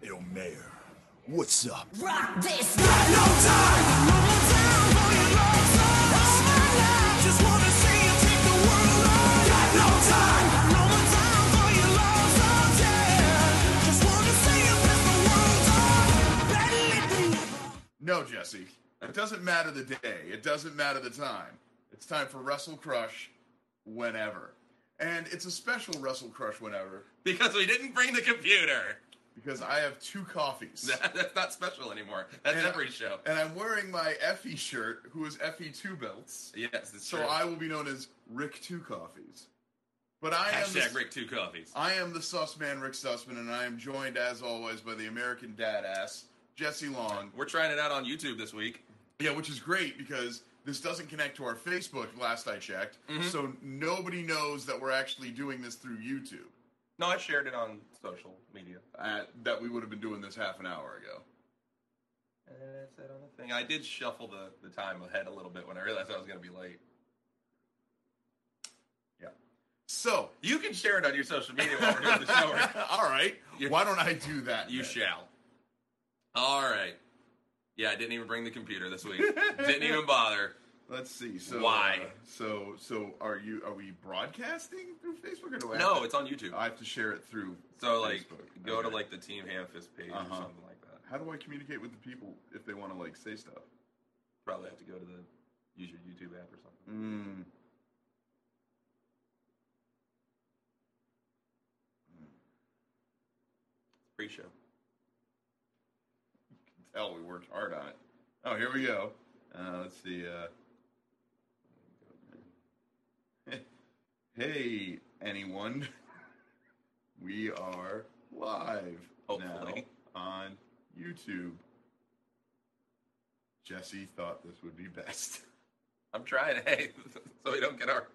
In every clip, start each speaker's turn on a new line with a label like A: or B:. A: Hail Mayor. What's up?
B: Rock this.
C: No, Jesse. It doesn't matter the day. It doesn't matter the time. It's time for Wrestle Crush whenever. And it's a special Wrestle Crush whenever
D: Because we didn't bring the computer.
C: because I have two coffees.
D: That's not special anymore. That's
C: And-
D: every show.
C: And I'm wearing my Effie shirt, who is Effie Two Belts.
D: Yes, it's
C: So
D: true.
C: I will be known as Rick Two Coffees. But I am
D: Hashtag
C: the,
D: Rick Two Coffees.
C: I am the Sussman Rick Sussman, and I am joined as always by the American Dadass Jesse Long.
D: We're trying it out on YouTube this week.
C: Yeah, which is great because this doesn't connect to our Facebook. Last I checked,
D: Mm-hmm.
C: so nobody knows that we're actually doing this through YouTube.
D: No, I shared it on social media.
C: Uh, that we would have been doing this half an hour ago.
D: And then I said on the thing. I did shuffle the, the time ahead a little bit when I realized I was going to be late.
C: Yeah. So,
D: You can share it on your social media while we're doing the show. right?
C: all right.
D: You-
C: Why don't I do that?
D: You
C: then?
D: shall. All right. Yeah, I didn't even bring the computer this week. didn't even bother.
C: Let's see. So
D: Why?
C: uh, so so are you? Are we broadcasting through Facebook or do I? have
D: No,
C: to-
D: it's on YouTube.
C: I have to share it through.
D: So like,
C: Facebook.
D: go to
C: Okay.
D: like the Team Hamfist page
C: Uh-huh.
D: or something like that.
C: How do I communicate with the people if they want to like say stuff?
D: Probably have to go to the use your YouTube app or
C: Mm.
D: something. Pre-show.
C: Hell, we worked hard on it. Oh, here we go. Uh, let's see. Uh... hey, anyone? we are live
D: Hopefully.
C: now on YouTube. Jesse thought this would be best.
D: I'm trying, hey, so we don't get our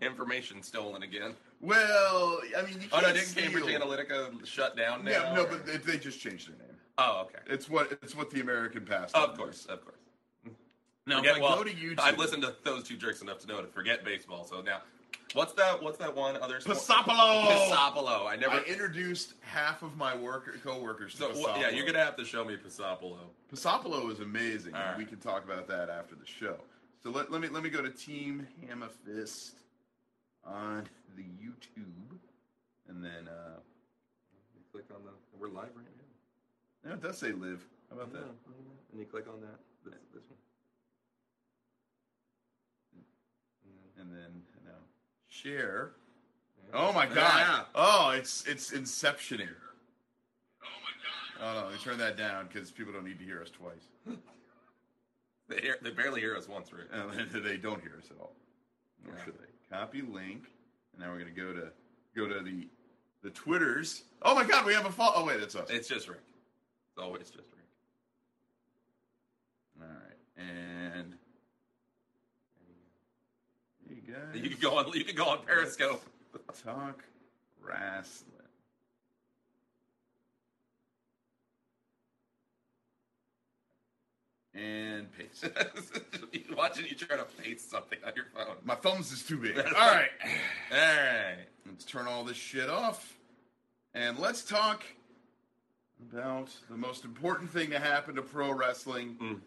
D: information stolen again.
C: Well, I mean, you
D: Oh no,
C: can't
D: didn't Cambridge
C: steal-
D: Analytica shut down now?
C: Yeah, no,
D: or-
C: but they, they just changed their name.
D: oh, okay.
C: It's what it's what the American past.
D: Of course, of course. No,
C: Forget-
D: but, well,
C: go to YouTube.
D: I've listened to those two jerks enough to know to forget baseball. So now, what's that? What's that one other? sport?
C: Passapalo.
D: Passapalo. I never.
C: I introduced half of my worker coworkers.
D: so
C: to
D: wh- yeah,
C: Passapalo.
D: you're gonna have to show me Passapalo.
C: Passapalo is amazing.
D: All right.
C: We can talk about that after the show. So let, let me let me go to Team Hammerfist on the YouTube, and then uh,
D: You click on the. We're live right now.
C: no, it does say live. How about that?
D: Mm-hmm. And you click on that. This, this one.
C: And then no share. Oh my god! Oh, it's it's inceptioning. Oh my god! Oh no, they turn that down because people don't need to hear us twice.
D: They, hear, they barely hear us once, Rick.
C: and Um, they don't hear us at all. Nor
D: Yeah.
C: should they. Copy link, and now we're gonna go to go to the the Twitters. Oh my God, we have a follow. Oh wait, that's us.
D: It's just Rick. It's always just Rick.
C: all right, and you guys
D: You can go on. You can go on Periscope.
C: talk wrestling. And paste.
D: Watching you try to paste something on your phone.
C: My thumbs is too big. All right.
D: All right.
C: Let's turn all this shit off and let's talk about the most important thing to happen to pro wrestling
D: Mm.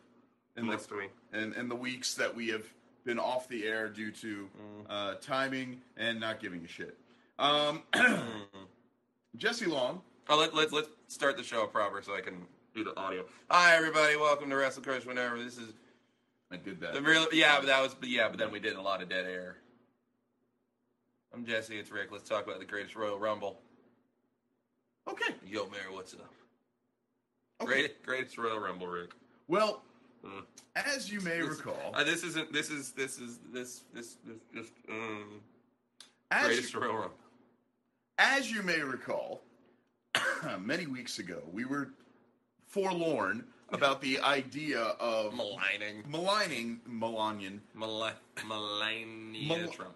C: in, the,
D: week.
C: in, in the weeks that we have been off the air due to
D: Mm.
C: uh, timing and not giving a shit. Um,
D: Mm.
C: Jesse Long.
D: Oh, let, let's let's start the show proper so I can do the audio. Hi everybody, welcome to Wrestle Crush. Whenever this is
C: I did
D: the
C: that.
D: real, yeah, but that was but yeah, but then we did a lot of dead air. I'm Jesse. It's Rick. Let's talk about the greatest Royal Rumble.
C: Okay.
D: Yo, Mary, what's up?
C: Okay.
D: Great, greatest Royal Rumble, Rick.
C: Well,
D: Mm.
C: as you may
D: This-
C: recall,
D: Uh, this isn't. This is. This is. This. This. This. Just. Um,
C: as you-
D: greatest Royal Rumble.
C: As you may recall, many weeks ago, we were forlorn about the idea of
D: Maligning.
C: maligning Melanian
D: Mal- Melania
C: Mal-
D: Trump.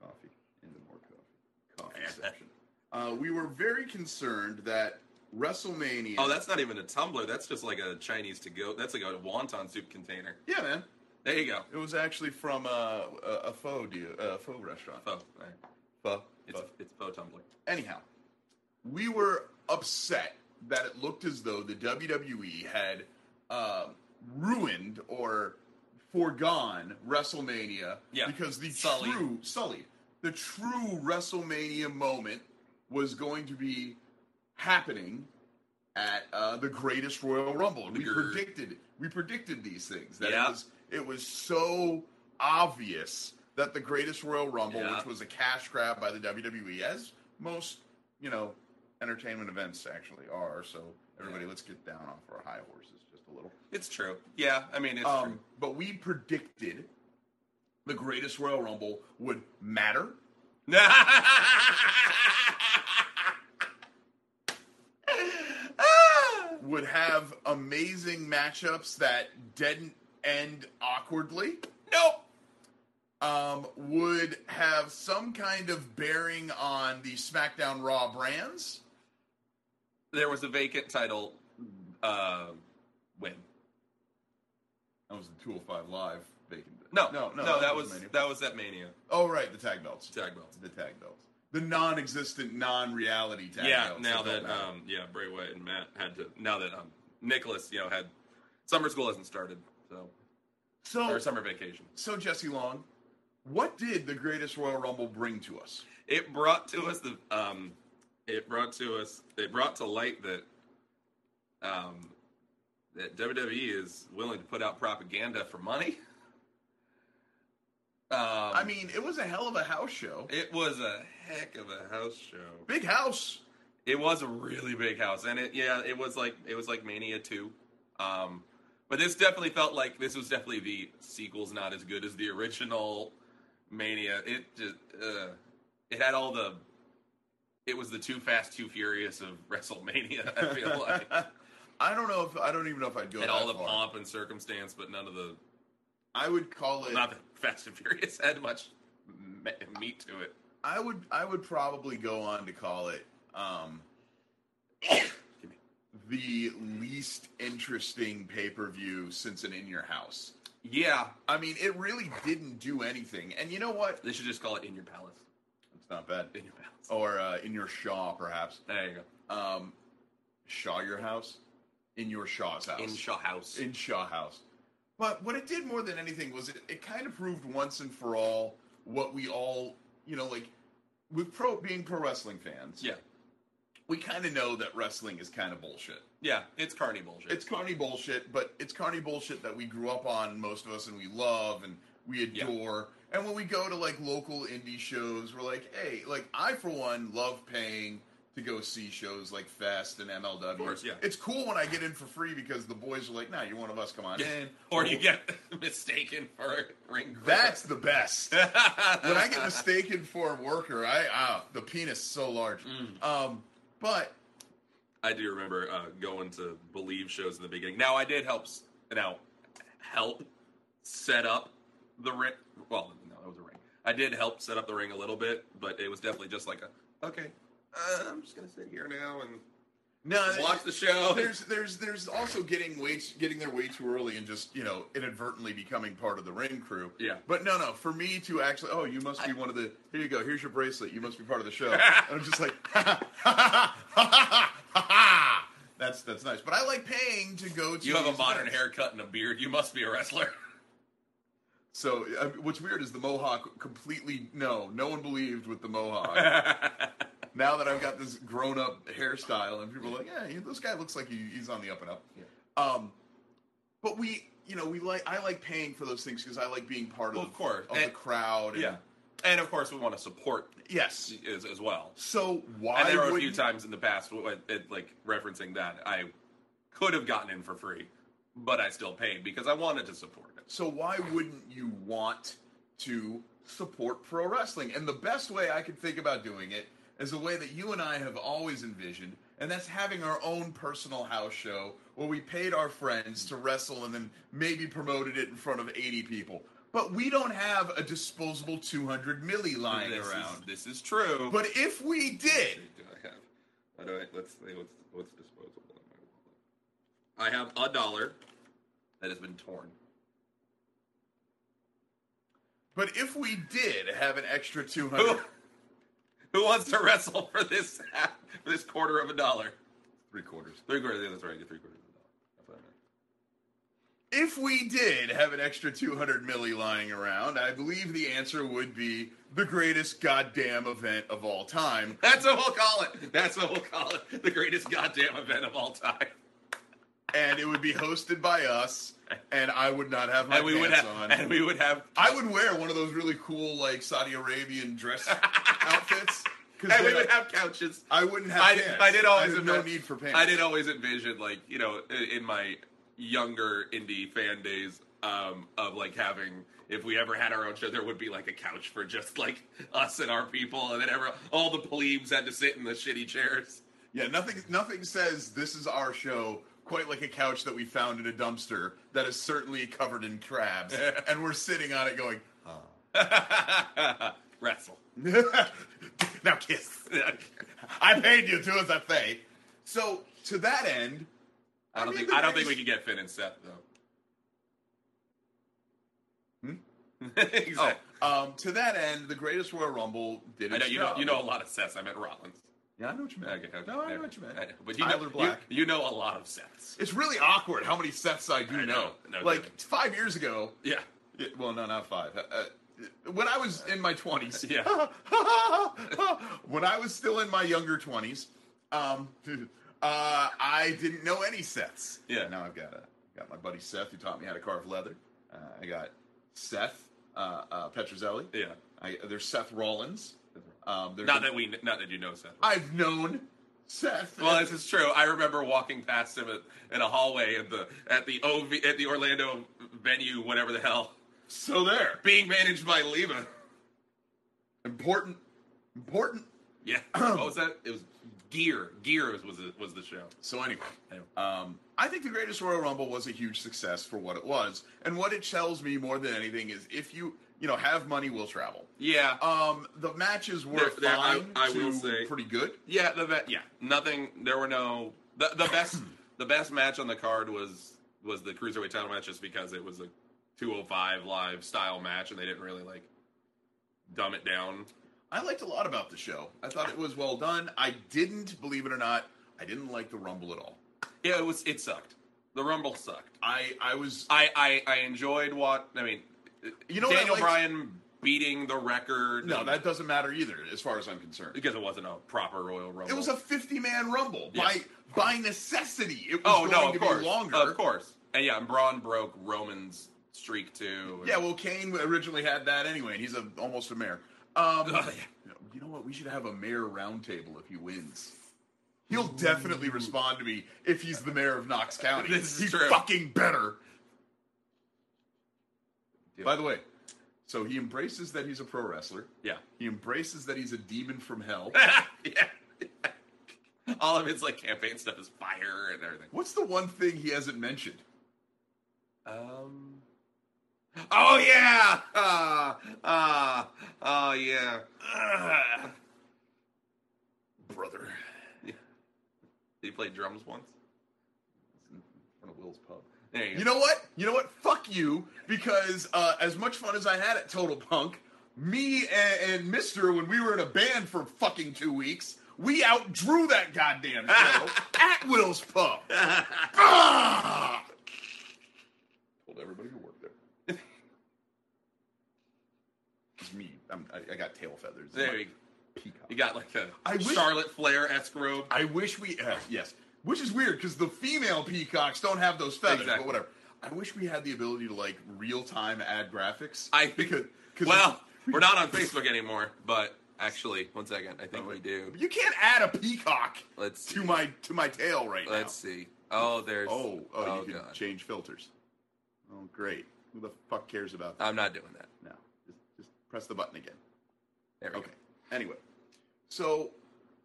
C: coffee into more coffee. Coffee section. Uh, we were very concerned that WrestleMania.
D: Oh, that's not even a tumbler. That's just like a Chinese to go. That's like a wonton soup container.
C: yeah, man.
D: There you go.
C: It was actually from uh, a, a faux deal, a faux restaurant.
D: Faux. All right.
C: Pho.
D: It's
C: Pho.
D: it's faux tumbler.
C: Anyhow, we were upset that it looked as though the WWE had um, ruined or foregone WrestleMania
D: Yeah.
C: because the
D: Sullied.
C: true sullied the true WrestleMania moment was going to be happening at uh, the greatest Royal Rumble. We
D: Grr.
C: predicted we predicted these things. That
D: Yeah.
C: it was it was so obvious that the greatest Royal Rumble,
D: Yeah.
C: which was a cash grab by the WWE, as most you know entertainment events actually are. So everybody,
D: Yeah.
C: let's get down off our high horses just a little.
D: It's true. Yeah, I mean, it's
C: Um,
D: true.
C: but we predicted the greatest Royal Rumble would matter. would have amazing matchups that didn't end awkwardly.
D: nope.
C: Um, would have some kind of bearing on the SmackDown Raw brands.
D: There was a vacant title uh, win.
C: That was the 205 Live vacant.
D: No, no, no, that, was
C: Mania.
D: that was at Mania.
C: oh, right, the tag belts.
D: Tag belts.
C: The tag belts. The non existent, non reality tag
D: yeah,
C: belts.
D: now
C: don't
D: that
C: matter.
D: um, yeah, Bray Wyatt and Matt had to. Now that um, Nicholas, you know, had summer school hasn't started, so
C: So,
D: or summer vacation.
C: so, Jesse Long, what did the greatest Royal Rumble bring to us?
D: It brought to us the um, it brought to us it brought to light that um, that WWE is willing to put out propaganda for money. Um,
C: I mean, it was a hell of a house show.
D: it was a heck of a house show.
C: Big house.
D: It was a really big house, and it yeah, it was like it was like Mania two, um, but this definitely felt like this was definitely the sequel's not as good as the original Mania. It just uh, it had all the it was the too fast, too furious of WrestleMania. I feel like
C: I don't know if I don't even know if I'd go
D: and
C: that
D: all the
C: far.
D: pomp and circumstance, but none of the
C: I would call it.
D: not that Fast and Furious had much me- meat to it.
C: I would I would probably go on to call it um, the least interesting pay per view since an in your house.
D: Yeah,
C: I mean, it really didn't do anything. And you know what?
D: they should just call it In Your Palace.
C: It's not bad.
D: In Your Palace.
C: Or uh, in your Shaw, perhaps.
D: There you go.
C: Um, Shaw your house, in your Shaw's house.
D: In Shaw House.
C: in Shaw House. But what it did more than anything was it, it kind of proved once and for all what we all, you know, like with pro being pro wrestling fans,
D: yeah.
C: we kind of know that wrestling is kind of bullshit.
D: Yeah, it's carny bullshit.
C: It's carny bullshit, but it's carny bullshit that we grew up on, most of us, and we love and we
D: Yeah.
C: adore. And when we go to like local indie shows, we're like, hey, like I for one love paying to go see shows like Fest and MLW.
D: course, yeah.
C: It's cool when I get in for free because the boys are like, nah, you're one of us, come on in.
D: or you get mistaken for a ring. girl.
C: That's the best. when I get mistaken for a worker, I ah, the penis is so large.
D: Mm.
C: Um, but
D: I do remember uh, going to Believe shows in the beginning. Now I did help s- now help set up the ring. Well, no, it was a ring. I did help set up the ring a little bit, but it was definitely just like a okay. Uh, I'm just gonna sit here now and
C: no,
D: watch the show.
C: There's there's there's also getting way getting there way too early and just you know inadvertently becoming part of the ring crew.
D: Yeah.
C: But no, no, for me to actually, oh, you must be one of the. Here you go. Here's your bracelet. You must be part of the show. and I'm just like, that's that's nice. But I like paying to go to.
D: you have a
C: these
D: modern
C: events.
D: haircut and a beard. You must be a wrestler.
C: So uh, what's weird is the mohawk completely no, no one believed with the mohawk. now that I've got this grown up hairstyle and people are like, yeah, you- this guy looks like he, he's on the up and up. Um, but we, you know, we like I like paying for those things because I like being part
D: Well,
C: of,
D: of course.
C: of the
D: And-
C: crowd. and-
D: yeah, and of course we want to support
C: Yes.
D: as, as well.
C: So why
D: and there were a
C: would
D: few times in the past, w- w- it, like referencing that, I could have gotten in for free, but I still paid because I wanted to support it.
C: So why wouldn't you want to support pro wrestling? And the best way I could think about doing it is the way that you and I have always envisioned, and that's having our own personal house show where we paid our friends to wrestle and then maybe promoted it in front of 80 people. But we don't have a disposable 200 milli lying
D: this
C: around.
D: Is, this is true.
C: But if we did,
D: do I have? How do I, let's see what's what's disposable. In my wallet. I have a dollar that has been torn.
C: but if we did have an extra 200,
D: Who, who wants to wrestle for this for this quarter of a dollar?
C: Three quarters.
D: Three quarters. Yeah, that's right. I get three quarters. Of a dollar. That's what I
C: If we
D: meant.
C: did have an extra 200 milli lying around, I believe the answer would be the greatest goddamn event of all time.
D: That's what we'll call it. That's what we'll call it. The greatest goddamn event of all time.
C: And it would be hosted by us, and I would not have my
D: and we would
C: pants
D: have.
C: on.
D: And we would have.
C: I would wear one of those really cool, like, Saudi Arabian dress outfits. 'cause
D: And we
C: then
D: would have couches.
C: I wouldn't have
D: I,
C: pants.
D: I did always
C: There's
D: envision,
C: no need for pants.
D: I did always envision like you know i- in my younger indie fan days um, of like having if we ever had our own show there would be like a couch for just like us and our people and then ever all the plebes had to sit in the shitty chairs.
C: Yeah, nothing. Nothing says this is our show quite like a couch that we found in a dumpster that is certainly covered in crabs, and we're sitting on it going,
D: Wrestle.
C: "Now kiss." I paid you to as I say. So to that end,
D: I don't
C: mean,
D: think
C: the
D: I don't think we
C: greatest-
D: could get Finn and Seth though.
C: Hmm?
D: exactly.
C: Um, to that end, the greatest Royal Rumble did.
D: I know
C: its
D: you know
C: Oh, job.
D: you know a lot of Seths. I meant Rollins.
C: Yeah, I know what you mean.
D: Okay, okay.
C: No, I
D: there.
C: know what you meant.
D: I know. But you know,
C: Tyler Black.
D: You, you know a lot of Seths.
C: It's really awkward how many sets I do know.
D: I know. No
C: like
D: kidding.
C: five years ago,
D: Yeah.
C: Yeah, well, no, not five. Uh, uh, when I was in my twenties,
D: Yeah.
C: when I was still in my younger twenties, um, uh, I didn't know any Seths.
D: Yeah.
C: Now I've got a, got my buddy Seth who taught me how to carve leather. Uh, I got Seth uh, uh, Petrozelli.
D: Yeah.
C: I, there's Seth Rollins. Um, there's
D: Not that we not that you know Seth.
C: I've known Seth.
D: Well, this is true. I remember walking past him at, in a hallway at the at the OV at the Orlando venue, whatever the hell,
C: so there.
D: being managed by Leva.
C: Important. Important.
D: Yeah. what was that? It was Gear. Gear was was the, was the show.
C: So anyway,
D: Anyway.
C: um, I think the Greatest Royal Rumble was a huge success for what it was, and what it tells me more than anything is if you you know have money, will travel.
D: Yeah.
C: Um, the matches were
D: There- there- I-
C: fine,
D: I
C: to
D: will say-
C: pretty good.
D: Yeah, the vet. Yeah, nothing. There were no the the best the best match on the card was was the cruiserweight title match just because it was a 205 live style match and they didn't really like dumb it down.
C: I liked a lot about the show. I thought it was well done. I didn't, believe it or not, I didn't like the Rumble at all.
D: Yeah, it was it sucked. The Rumble sucked.
C: I I was
D: I I, I enjoyed what I mean.
C: You know what I
D: Daniel
C: liked?
D: Bryan beating the record.
C: no,
D: and-
C: that doesn't matter either, as far as I'm concerned.
D: because it wasn't a proper Royal Rumble.
C: It was a 50 man Rumble
D: Yes.
C: by by necessity. It was
D: oh
C: going
D: no,
C: to
D: of course,
C: be longer.
D: of course, and yeah, and Braun broke Roman's streak too. and-
C: Yeah, well, Kane originally had that anyway, and he's a, almost a mayor. Um,
D: yeah.
C: You know what? We should have a mayor roundtable if he wins. He'll definitely respond to me if he's the mayor of Knox County.
D: This is
C: he's
D: true.
C: fucking better.
D: Yeah.
C: By the way, so he embraces that he's a pro wrestler.
D: yeah.
C: He embraces that he's a demon from hell.
D: yeah. All of his like campaign stuff is fire and everything.
C: What's the one thing he hasn't mentioned?
D: Um. Oh yeah. Ah. ah. oh yeah. Ah.
C: Brother.
D: He played drums once.
C: One of Will's pub.
D: There you go.
C: You know what? You know what? Fuck you. Because uh, as much fun as I had at Total Punk, me and, and Mister, when we were in a band for fucking two weeks, we outdrew that goddamn show at Will's Pub. Ah! Told everybody who worked there. it's me. I'm, I, I got tail feathers.
D: there you go.
C: Peacock.
D: You got like a
C: I wish-
D: Charlotte Flair esque robe.
C: I wish we uh, yes, which is weird because the female peacocks don't have those feathers,
D: Exactly.
C: but whatever. I wish we had the ability to like real time add graphics.
D: I think.
C: because, cause
D: well, we're not on Facebook anymore, but actually, one second. I
C: Oh,
D: think we do.
C: you can't add a peacock
D: Let's see.
C: to my to my tail right
D: Let's see. Oh, there's.
C: now. Oh, oh,
D: oh
C: you can
D: God.
C: change filters. Oh, great. Who the fuck cares about that?
D: I'm not doing that.
C: no, just, just press the button again.
D: There we
C: Okay. Anyway, so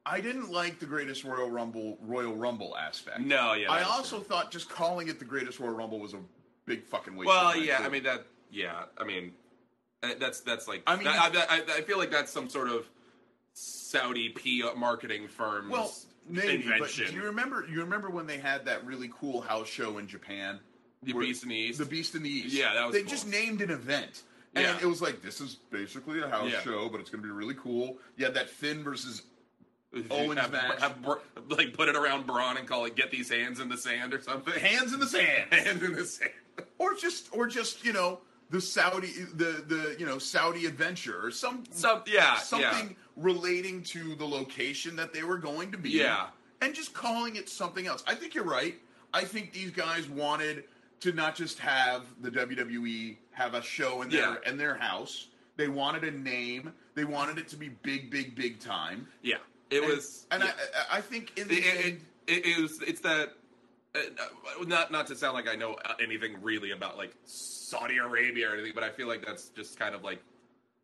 C: I didn't like the Greatest Royal Rumble Royal Rumble aspect.
D: No, yeah,
C: I
D: that was
C: also thought just calling it the Greatest Royal Rumble was a big fucking waste. of
D: Well,
C: time,
D: yeah,
C: too.
D: I mean that. Yeah, I mean uh, that's that's like.
C: I
D: I
C: mean-
D: mean, I, I, I feel like that's some sort of Saudi PR marketing firm's
C: well, maybe.
D: invention.
C: But do you remember? You remember when they had that really cool house show in Japan?
D: The
C: where-
D: Beast in the East.
C: The Beast in the East.
D: Yeah, that was
C: They
D: cool.
C: just named an event. And
D: Yeah.
C: it was like, this is basically a house
D: Yeah.
C: show, but it's going to be really cool. You had that Finn versus Owens
D: have,
C: match.
D: have Br- like put it around Braun and call it "Get these hands in the sand" or something.
C: Hands in the sand.
D: Hands in the sand.
C: or just or just you know the Saudi the the you know Saudi adventure or some,
D: Some yeah
C: something relating to the location that they were going to be.
D: Yeah.
C: and just calling it something else. I think you're right. I think these guys wanted to not just have the WWE have a show in their
D: Yeah.
C: in their house. They wanted a name. They wanted it to be big, big, big time.
D: yeah yeah. It
C: And-
D: was
C: and
D: yeah.
C: I- I, I think in the
D: it, it,
C: end,
D: it, it was it's that uh, not not to sound like I know uh, anything really about like Saudi Arabia or anything, but I feel like that's just kind of like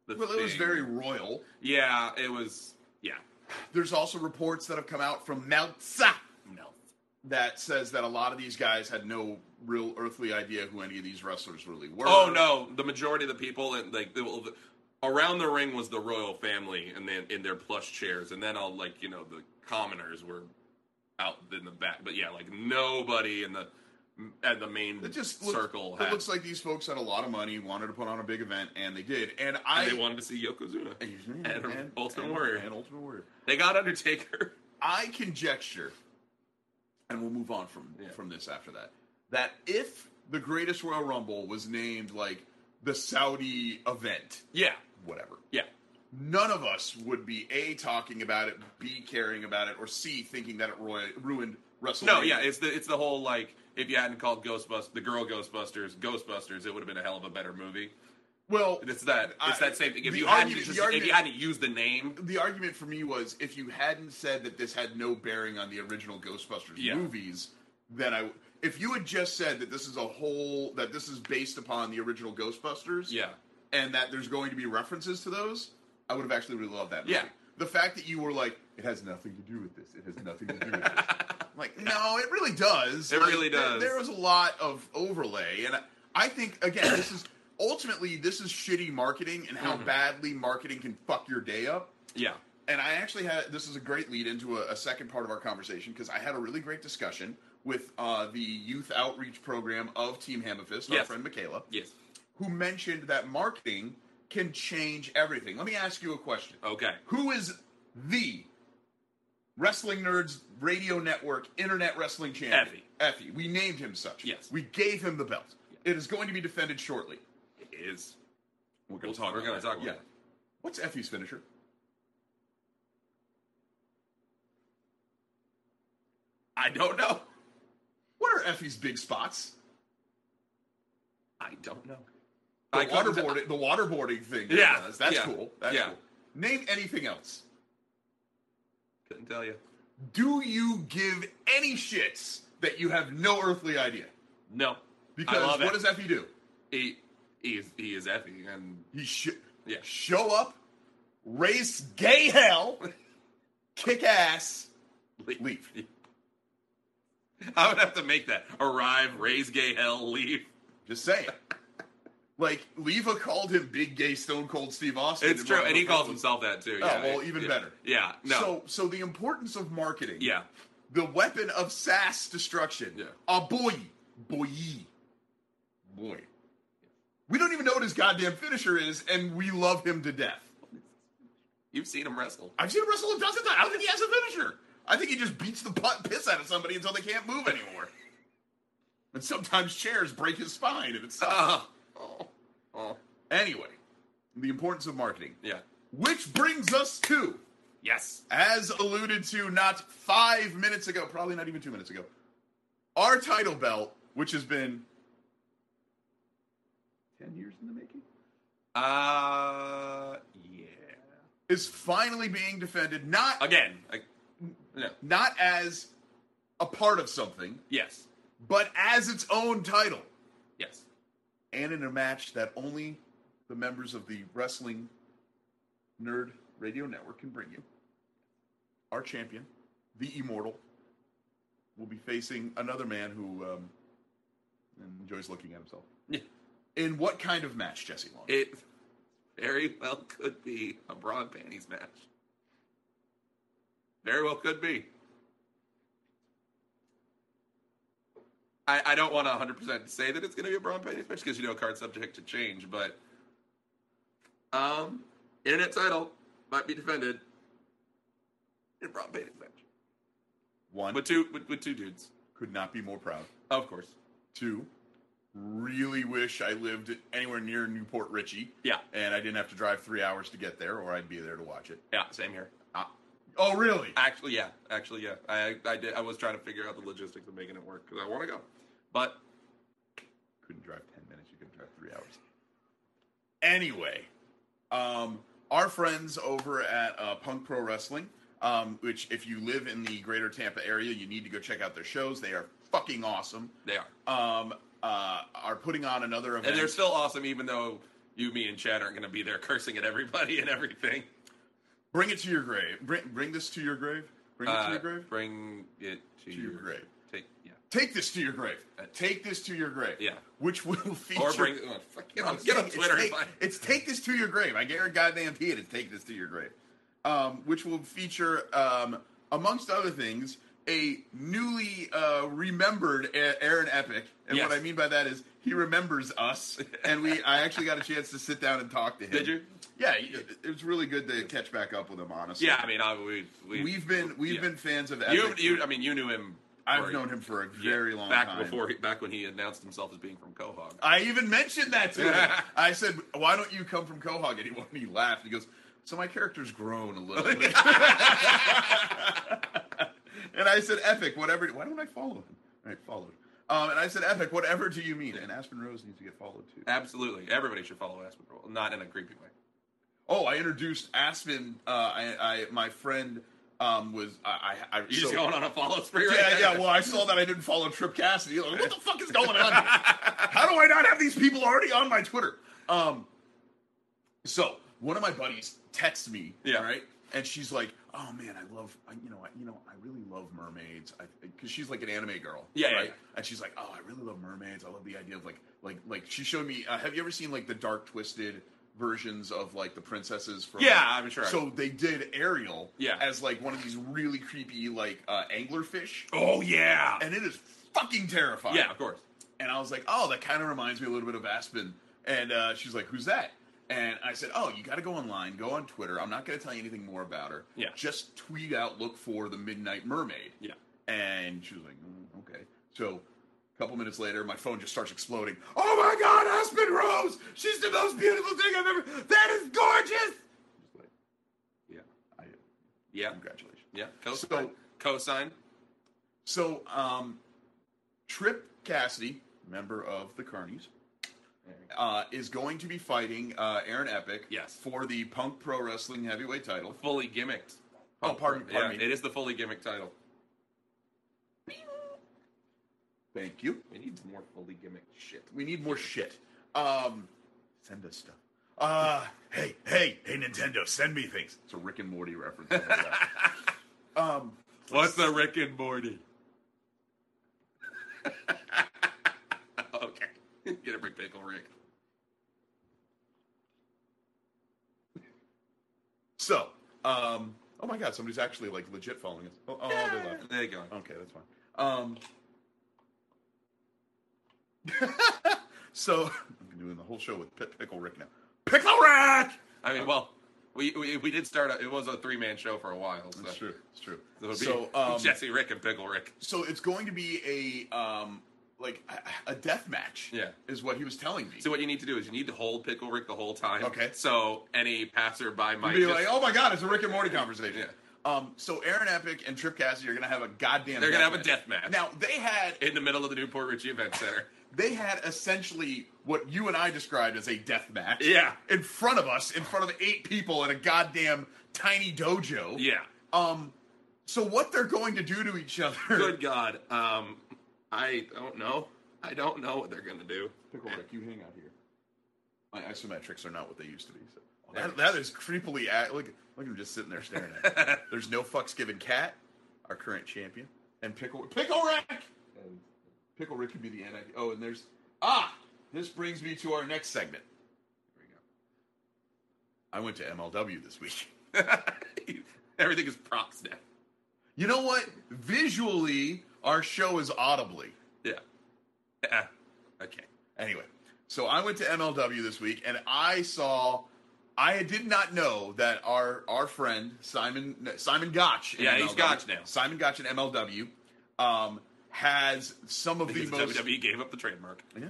D: the
C: well, it was
D: thing.
C: very royal.
D: yeah. It was yeah.
C: There's also reports that have come out from Meltzer
D: No.
C: that says that a lot of these guys had no real earthly idea who any of these wrestlers really were.
D: Oh no, the majority of the people and like the, well, the, around the ring was the royal family and then in their plush chairs, and then all like you know the commoners were out in the back, but yeah, like nobody in the at the main
C: It just looks,
D: circle.
C: It
D: had-
C: looks like these folks had a lot of money, wanted to put on a big event, and they did. And
D: and
C: I
D: they wanted to see Yokozuna.
C: and,
D: and Ultimate Warrior.
C: and Ultimate Warrior.
D: They got Undertaker.
C: I conjecture, and we'll move on from
D: Yeah.
C: from this after that. That if the Greatest Royal Rumble was named like the Saudi event,
D: Yeah,
C: whatever,
D: yeah,
C: none of us would be a talking about it, b caring about it, or c thinking that it roi- ruined WrestleMania.
D: no, yeah. It's the it's the whole like if you hadn't called Ghostbusters the girl Ghostbusters Ghostbusters, it would have been a hell of a better movie.
C: well,
D: It's that it's
C: I-
D: that same thing. If
C: the
D: you hadn't
C: argument-
D: just,
C: the
D: if you
C: argument-
D: hadn't used the name,
C: the argument for me was if you hadn't said that this had no bearing on the original Ghostbusters
D: Yeah.
C: movies, then I. If you had just said that this is a whole that this is based upon the original Ghostbusters,
D: yeah,
C: and that there's going to be references to those, I would have actually really loved that. Movie.
D: Yeah.
C: The fact that you were like, it has nothing to do with this. It has nothing to do with this. I'm like, no, it really does.
D: It
C: Like,
D: really
C: there-
D: does.
C: There was a lot of overlay, and I, I think again, this is ultimately this is shitty marketing and
D: Mm.
C: how badly marketing can fuck your day up.
D: yeah,
C: And I actually had this is a great lead into a, a second part of our conversation because I had a really great discussion with uh, the youth outreach program of Team Hammerfist, our
D: Yes.
C: friend Michaela
D: yes.
C: who mentioned that marketing can change everything. Let me ask you a question.
D: Okay,
C: Who is the Wrestling Nerds Radio Network Internet Wrestling Champion? Effie. We named him such.
D: Yes.
C: We gave him the belt. It is going to be defended shortly.
D: it is.
C: We're
D: We'll talk. We're
C: about
D: gonna
C: that.
D: talk. About
C: Yeah.
D: it.
C: What's Effie's finisher?
D: I don't know.
C: What are Effie's big spots?
D: I don't know.
C: The
D: I couldn't-
C: waterboarding, the waterboarding thing. that he
D: Yeah,
C: does. That's
D: yeah,
C: cool. That's
D: yeah.
C: cool. Name anything else.
D: Couldn't tell you.
C: Do you give any shits that you have no earthly idea?
D: No, I
C: Because
D: love
C: what
D: it.
C: does Effie do?
D: he? He is, he is Effie, and
C: He sh-
D: Yeah.
C: show up, race gay hell, kick ass, leave.
D: I would have to make that arrive, raise gay hell, leave.
C: Just saying. Like Leva called him Big Gay Stone Cold Steve Austin.
D: It's
C: in
D: true,
C: one of
D: and he
C: her
D: calls
C: promos.
D: himself that too.
C: Oh,
D: yeah.
C: well, even
D: Yeah.
C: better.
D: Yeah, no,
C: So, so the importance of marketing.
D: yeah,
C: The weapon of sass destruction.
D: Yeah.
C: A boy, boy, boy. We don't even know what his goddamn finisher is, and we love him to death.
D: you've seen him wrestle.
C: I've seen him wrestle a dozen times. I don't think he has a finisher. I think he just beats the putt piss out of somebody until they can't move anymore. And sometimes chairs break his spine if it's
D: Oh, oh, oh.
C: anyway. The importance of marketing,
D: yeah,
C: which brings us to,
D: yes,
C: as alluded to not five minutes ago, probably not even two minutes ago, our title belt, which has been ten years in the making,
D: uh, yeah,
C: is finally being defended. Not
D: again, I, no,
C: not as a part of something,
D: yes,
C: but as its own title.
D: yes,
C: and in a match that only the members of the Wrestling Nerd Radio Network can bring you. Our champion, the Immortal, will be facing another man who um, enjoys looking at himself.
D: yeah.
C: In what kind of match, Jesse Long?
D: It very well could be a bra and panties match. Very well could be. I, I don't want to 100% say that it's going to be a bra and panties match because you know a card's subject to change, but um, internet title might be defended. It brought Payne back.
C: One,
D: With two with, with two dudes.
C: could not be more proud.
D: Of course.
C: Two, really wish I lived anywhere near Newport Richie
D: Yeah.
C: and I didn't have to drive three hours to get there, or I'd be there to watch it.
D: Yeah, same here.
C: Ah. oh, really?
D: Actually, yeah. Actually, yeah. I I did I was trying to figure out the logistics of making it work because I want to go. But
C: couldn't drive 10 minutes you couldn't drive three hours anyway um, our friends over at uh, punk pro wrestling um, which if you live in the greater tampa area you need to go check out their shows they are fucking awesome
D: they are.
C: um, uh, are putting on another event
D: And they're still awesome even though you, me, and Chad aren't gonna be there cursing at everybody and everything.
C: bring it to your grave bring, bring this to your grave bring it
D: Uh,
C: to your grave
D: Bring it to,
C: To your grave.
D: Take yeah.
C: take this to your grave
D: Uh,
C: take this to your grave
D: yeah.
C: which will feature
D: Or bring oh, fuck, get on,
C: I'm
D: get on
C: saying,
D: Twitter and
C: It's
D: find
C: take, it's take this to your grave. I guarantee goddamn P to take this to your grave, um, which will feature, um, amongst other things, a newly uh, remembered A- Aaron Epic. And
D: Yes.
C: what I mean by that is he remembers us, and we. I actually got a chance to sit down and talk to him.
D: Did you?
C: Yeah, it, it was really good to catch back up with him. Honestly,
D: Yeah, I mean I we, we
C: we've been we've
D: yeah.
C: been fans of
D: you
C: Epic.
D: you I mean you knew him
C: I've
D: for-
C: known him for a
D: yeah,
C: very long
D: back
C: time.
D: before he- back when he announced himself as being from Quahog.
C: I even mentioned that to him. I said, "Why don't you come from Quahog anymore?" And he laughed. He goes, "So my character's grown a little bit." and I said, "Epic, whatever." Why don't I follow him? All right, followed. Um, and I said, "Epic, whatever do you mean?" And Aspen Rose needs to get followed too.
D: Absolutely, everybody should follow Aspen Roll, not in a creepy way.
C: Oh, I introduced Aspen. Uh, I, I, my friend um, was I. I, I
D: You're just
C: so-
D: going on a follow spree, right?
C: Yeah,
D: now?
C: yeah. Well, I saw that I didn't follow Trip Cassidy. Like, what the fuck is going on? here? How do I not have these people already on my Twitter? Um, so one of my buddies texts me,
D: Yeah.
C: right, and she's like, "Oh man, I love, I, you know, I, you know, I really love mermaids, because she's like an anime girl,
D: Yeah, yeah,
C: right."
D: yeah.
C: And she's like, "Oh, I really love mermaids. I love the idea of like, like, like." She showed me. Uh, have you ever seen like the dark twisted? versions of like the princesses from
D: Yeah, I'm sure I-
C: so they did ariel
D: Yeah.
C: as like one of these really creepy like uh anglerfish
D: oh yeah,
C: and it is fucking terrifying.
D: yeah, of course.
C: And I was like, oh, that kind of reminds me a little bit of Aspen. And uh, she's like, who's that? And I said, oh, you got to go online, go on Twitter. I'm not going to tell you anything more about her.
D: Yeah.
C: Just tweet out, look for the Midnight Mermaid.
D: Yeah,
C: And she was like, mm, okay. So a couple minutes later, my phone just starts exploding. Oh my God, Aspen Rose! She's the most beautiful thing I've ever. That is gorgeous! Just like,
D: yeah,
C: I, uh,
D: yeah,
C: congratulations.
D: yeah. Cosign,
C: So-
D: cosign.
C: So, um, Trip Cassidy, member of the Carnies, uh, is going to be fighting uh, Aaron Epic
D: Yes.
C: for the Punk Pro Wrestling Heavyweight title.
D: fully gimmicked.
C: Oh, pardon- pardon
D: yeah,
C: me.
D: It is the fully gimmicked title.
C: Thank you.
D: We need more fully gimmicked shit.
C: We need more shit. Um, send us stuff. Uh, hey, hey, hey, Nintendo, send me things. It's a Rick and Morty reference. I know that. um,
D: What's the Rick and Morty? okay, get a big pickle, Rick.
C: so, um, oh my God, somebody's actually like legit following us. Oh, oh they left.
D: There you go.
C: Okay, that's fine. Um, so I'm doing the whole show with Pit Pickle Rick now. Pickle Rick.
D: I mean, well, we we, we did start. A, it was a three man show for a while. So.
C: That's true. It's true.
D: So, it'll be
C: So, um,
D: Jesse, Rick, and Pickle Rick.
C: so it's going to be a um, like a, a death match.
D: Yeah.
C: is what he was telling me.
D: So what you need to do is you need to hold Pickle Rick the whole time.
C: Okay.
D: So any passerby
C: You'd
D: might
C: be
D: just,
C: like, oh my god, it's a Rick and Morty conversation.
D: Yeah.
C: Um, so Aaron Epic and Trip Cassidy are gonna have a goddamn.
D: They're gonna have a death match.
C: Now they had
D: in the middle of the Newport Richie Event Center.
C: they had essentially what you and I described as a death match.
D: Yeah.
C: In front of us, in front of eight people in a goddamn tiny dojo.
D: yeah.
C: Um. So what they're going to do to each other?
D: Good God. Um, I don't know. I don't know what they're gonna do.
C: Pickle Rick, you hang out here. My isometrics are not what they used to be. So. Oh, that, that is creepily at. Look, look at him just sitting there staring at. me. There's no fucks given. Cat, our current champion, and Pickle Pickle Rick. And Pickle Rick could be the anti. Oh, and there's ah. This brings me to our next segment.
D: There we
C: I went to MLW this week.
D: go. Everything is props now.
C: You know what? Visually, our show is audibly.
D: Yeah. Yeah. Okay.
C: Anyway, so I went to MLW this week and I saw I did not know that our our friend Simon Simon Gotch. in
D: Yeah, he's
C: MLW,
D: Gotch now.
C: Simon Gotch in MLW um, has some of the
D: Because
C: most
D: WWE gave up the E? trademark.
C: Yeah,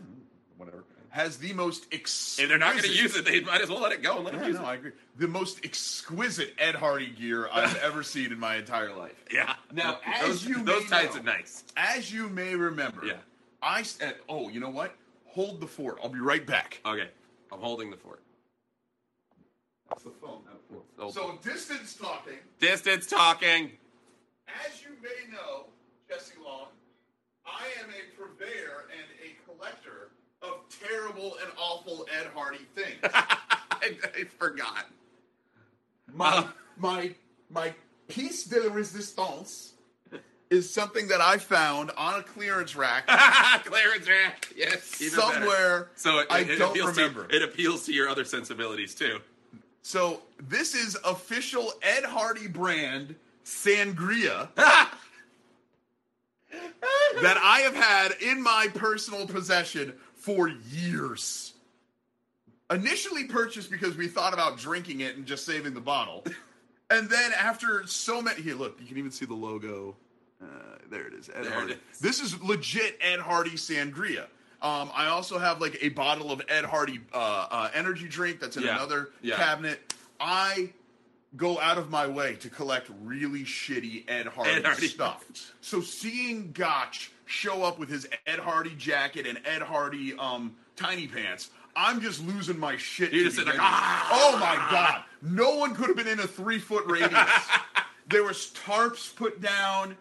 C: whatever has the most
D: If they're not going to
C: exquisite-
D: use it, they might as well let it go and let them
C: Yeah,
D: use
C: no,
D: it.
C: I agree. The most exquisite Ed Hardy gear I've ever seen in my entire life.
D: Yeah.
C: Now, as
D: those,
C: you
D: those
C: may
D: tights
C: know-
D: are nice.
C: As you may remember,
D: Yeah.
C: I s- and- oh, you know what? Hold the fort. I'll be right back.
D: Okay, I'm holding the fort. Uh,
C: That's the phone. So distance talking.
D: Distance talking.
C: As you may know, Jesse Long, I am a purveyor and a collector of terrible and awful Ed Hardy things.
D: I, I forgot.
C: my my my piece de la resistance is something that I found on a clearance rack
D: Clarence Rack. Yes. even better.
C: somewhere.
D: So it,
C: I
D: it
C: don't
D: appeals
C: remember.
D: To, it appeals to your other sensibilities too.
C: so this is official Ed Hardy brand sangria that I have had in my personal possession for years. Initially purchased because we thought about drinking it and just saving the bottle. And then after so many, here, look, you can even see the logo. Uh, there it is, Ed
D: There it
C: Hardy.
D: is.
C: This is legit Ed Hardy sangria. Um, I also have like a bottle of Ed Hardy uh, uh, energy drink that's in
D: Yeah.
C: another
D: Yeah.
C: cabinet. I go out of my way to collect really shitty Ed Hardy,
D: Ed Hardy.
C: stuff. So seeing Gotch show up with his Ed Hardy jacket and Ed Hardy um, tiny pants, I'm just losing my shit.
D: You're
C: to
D: just
C: be
D: sitting
C: honest.
D: there, "Ah!"
C: oh my god! No one could have been in a three foot radius. there was tarps put down.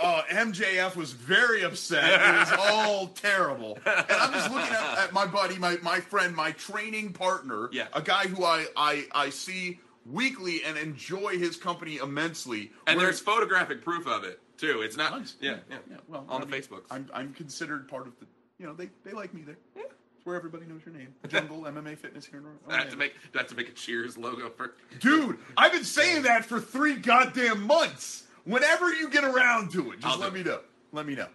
C: Uh, MJF was very upset. It was all terrible. And I'm just looking at, at my buddy, my, my friend, my training partner,
D: Yeah.
C: a guy who I, I, I see weekly and enjoy his company immensely.
D: And
C: We're-
D: there's photographic proof of it too. It's not.
C: Nice.
D: Yeah, yeah, yeah. Well, on
C: I
D: the
C: mean,
D: Facebooks.
C: I'm, I'm considered part of the, you know, they, they like me there. Yeah. It's where everybody knows your name. Jungle MMA Fitness here in Orlando.
D: I have to make. Do I have to make a Cheers logo for?
C: Dude, I've been saying that for three goddamn months. Whenever you get around to it, just
D: I'll do
C: let
D: it.
C: me know. Let me know.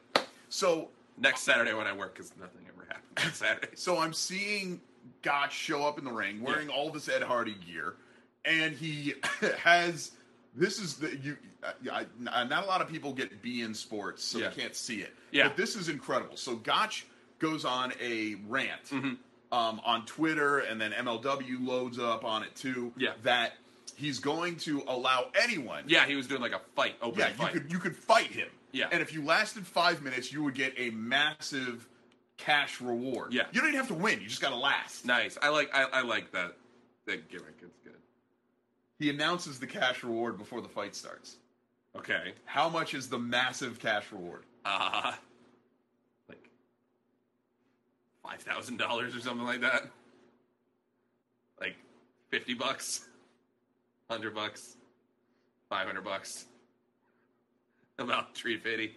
C: So,
D: next Saturday when I work because nothing ever happens on Saturdays.
C: so I'm seeing Gotch show up in the ring wearing all this Ed Hardy gear, and he has this is the you. I, I, not a lot of people get B in sports, so
D: Yeah.
C: they can't see it.
D: Yeah.
C: but this is incredible. So Gotch goes on a rant
D: Mm-hmm.
C: um, on Twitter, and then MLW loads up on it too.
D: Yeah.
C: that he's going to allow anyone.
D: Yeah, he was doing like a fight, open
C: Yeah,
D: fight.
C: you could you could fight him.
D: Yeah.
C: And if you lasted five minutes, you would get a massive cash reward.
D: Yeah.
C: You don't even have to win, you just gotta last.
D: Nice. I like. I, I like that. That gimmick. It's good.
C: He announces the cash reward before the fight starts.
D: Okay.
C: How much is the massive cash reward?
D: Uh like five thousand dollars or something like that. Like fifty bucks, hundred bucks, five hundred bucks. About three fifty.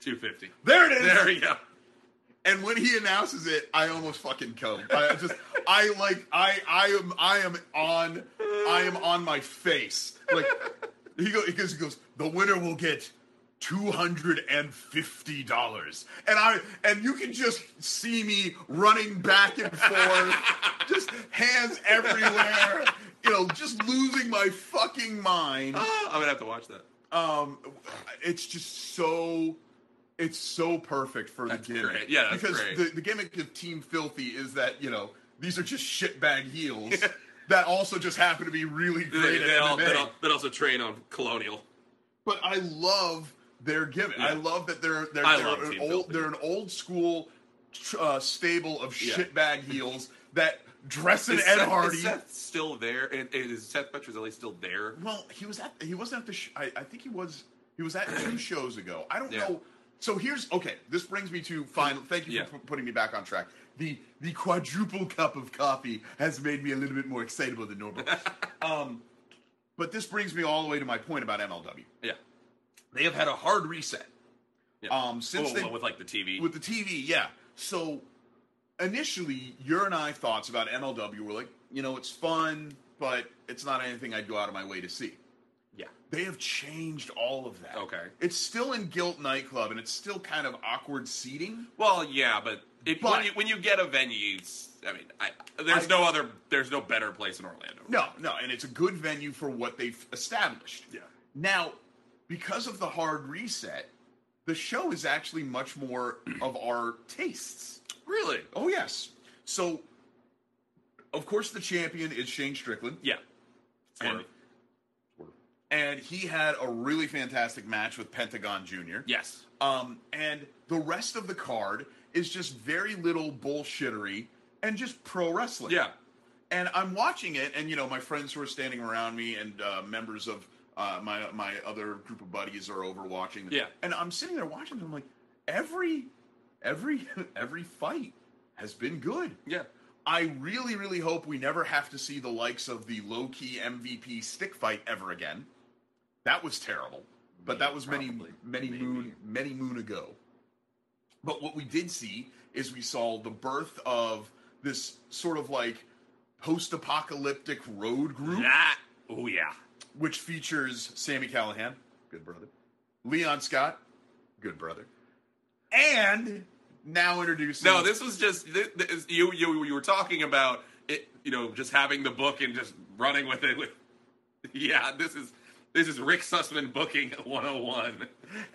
D: Two fifty.
C: There it is!
D: There we go.
C: And when he announces it, I almost fucking coked. I just, I like, I, I am, I am on, I am on my face. Like he goes, he goes, he goes the winner will get two hundred and fifty dollars, and I, and you can just see me running back and forth, just hands everywhere, you know, just losing my fucking mind
D: Ah, I'm gonna have to watch that.
C: um it's just so it's so perfect for
D: That's
C: the gimmick
D: great. Yeah, that's
C: because
D: great.
C: The, the gimmick of team filthy is that you know these are just shitbag heels that also just happen to be really
D: They,
C: great
D: they
C: at
D: all,
C: MMA.
D: they all- they also train on Colonial.
C: but i love their gimmick i
D: Yeah.
C: love that they're they're,
D: I
C: they're
D: love
C: an
D: Team
C: old
D: Filthy.
C: they're an old school tr- uh, stable of
D: Yeah.
C: shitbag heels that dress in
D: Is
C: ed
D: Seth,
C: hardy
D: Is Seth still there? And, and is Seth Petrozelli still there?
C: Well, he was at he wasn't at the sh- I, I think he was he was at two shows ago. I don't
D: Yeah.
C: know. So here's okay. This brings me to final. Thank you
D: Yeah.
C: for p- putting me back on track. The the quadruple cup of coffee has made me a little bit more excitable than normal. um, but this brings me all the way to my point about MLW.
D: Yeah.
C: They have had a hard reset.
D: Yeah.
C: Um, since
D: Oh,
C: they
D: well, with like the TV.
C: with the TV, yeah. So initially, your and I thoughts about MLW were like, you know, it's fun, but it's not anything I'd go out of my way to see.
D: yeah.
C: They have changed all of that.
D: Okay.
C: It's still in Guilt nightclub, and it's still kind of awkward seating.
D: Well, yeah, but, it,
C: But-
D: when, you, when you get a venue, it's I mean, I, there's
C: I-
D: no other, there's no better place in Orlando.
C: No, no, and it's a good venue for what they've established.
D: Yeah.
C: Now, because of the hard reset, the show is actually much more of our tastes.
D: Really?
C: Oh yes. So, of course, the champion is Shane Strickland.
D: Yeah.
C: And,
D: Swerve.
C: and he had a really fantastic match with Pentagon Jr.
D: Yes.
C: Um, and the rest of the card is just very little bullshittery and just pro wrestling.
D: Yeah.
C: And I'm watching it, and you know, my friends who are standing around me and uh, members of uh, my my other group of buddies are over watching.
D: Yeah.
C: And I'm sitting there watching them. I'm like, every every every fight has been good.
D: Yeah.
C: I really, really hope we never have to see the likes of the low key MVP stick fight ever again. That was terrible, but that was
D: Probably.
C: many, many
D: Maybe.
C: moon, many moon ago. But what we did see is we saw the birth of this sort of like post-apocalyptic road group,
D: That. Oh yeah.
C: which features Sammy Callahan, good brother, Leon Scott, good brother, and now introducing
D: No, this was just thi- this, you, you. You were talking about it, you know, just having the book and just running with it. With yeah, this is this is Rick Sussman booking 101.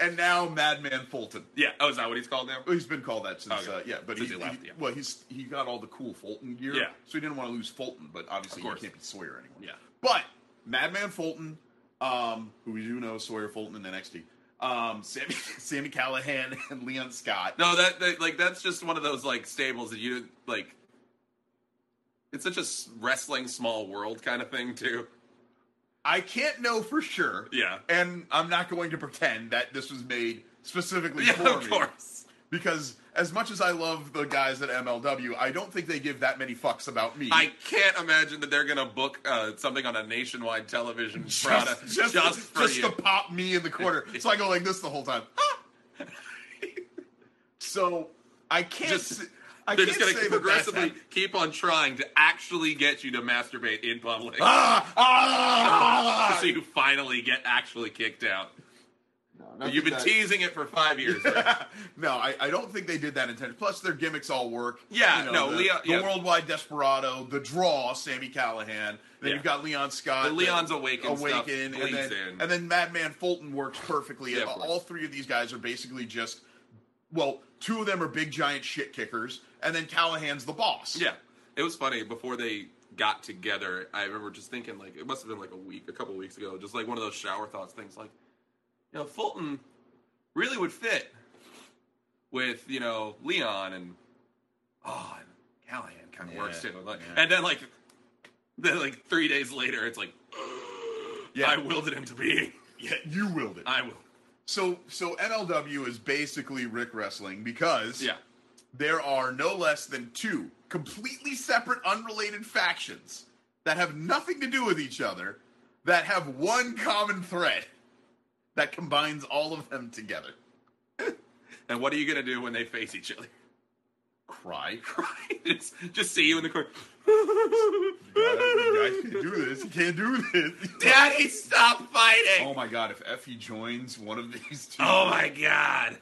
C: and now Madman Fulton.
D: Yeah. Oh, is that what he's called now?
C: Well, He's been called that since,
D: Okay.
C: uh, yeah. But
D: Since
C: he,
D: he left,
C: he-
D: Oh, yeah.
C: well, he's he got all the cool Fulton gear,
D: Yeah.
C: So he didn't want to lose Fulton, but obviously
D: Of
C: he
D: course.
C: can't be Sawyer anymore.
D: Yeah.
C: But Madman Fulton, um, who we do know Sawyer Fulton in NXT, um, Sammy Sammy Callahan and Leon Scott.
D: No, that, that like that's just one of those like stables that you like. It's such a s- wrestling small world kind of thing too.
C: I can't know for sure.
D: Yeah.
C: And I'm not going to pretend that this was made specifically
D: Yeah,
C: for
D: of
C: me.
D: course.
C: Because as much as I love the guys at MLW, I don't think they give that many fucks about me.
D: I can't imagine that they're gonna book uh, something on a nationwide television product just, for
C: just
D: you.
C: to pop me in the corner. so I go like this the whole time. Ah! so I can't.
D: Just-
C: s- I
D: they're
C: can't
D: just gonna
C: say that
D: progressively
C: that's happened.
D: keep on trying to actually get you to masturbate in public,
C: Ah, ah,
D: so you finally get actually kicked out.
C: nothing
D: You've been
C: that-
D: teasing it for five years. Rick.
C: no, I, I don't think they did that intentionally. Plus, their gimmicks all work.
D: Yeah, no,
C: the,
D: Leo-
C: the
D: yeah.
C: worldwide desperado, the draw, Sammy Callahan. Then
D: Yeah.
C: you've got Leon Scott.
D: The Leon's Awaken stuff
C: Awaken, and
D: bleeds
C: then,
D: in.
C: and then Madman Fulton works perfectly.
D: Yeah,
C: And
D: of course.
C: all three of these guys are basically just, well, two of them are big giant shit kickers, and then Callahan's the boss.
D: Yeah, it was funny before they got together. I remember just thinking like it must have been like a week, a couple weeks ago, just like one of those shower thoughts things. Like, you know, Fulton really would fit with you know Leon and oh, and Callahan kind of works
C: Yeah,
D: too. Like,
C: yeah.
D: and then like then like three days later, it's like
C: Yeah.
D: I willed it into being.
C: yeah you willed it.
D: I will.
C: so, so MLW is basically Rick Wrestling because
D: Yeah.
C: there are no less than two completely separate, unrelated factions that have nothing to do with each other that have one common thread that combines all of them together.
D: And what are you gonna do when they face each other?
C: Cry.
D: just, just see you in the corner.
C: I can't do this. You can't do this.
D: Daddy, stop fighting!
C: Oh my god, if Effie joins one of these two.
D: Oh my god.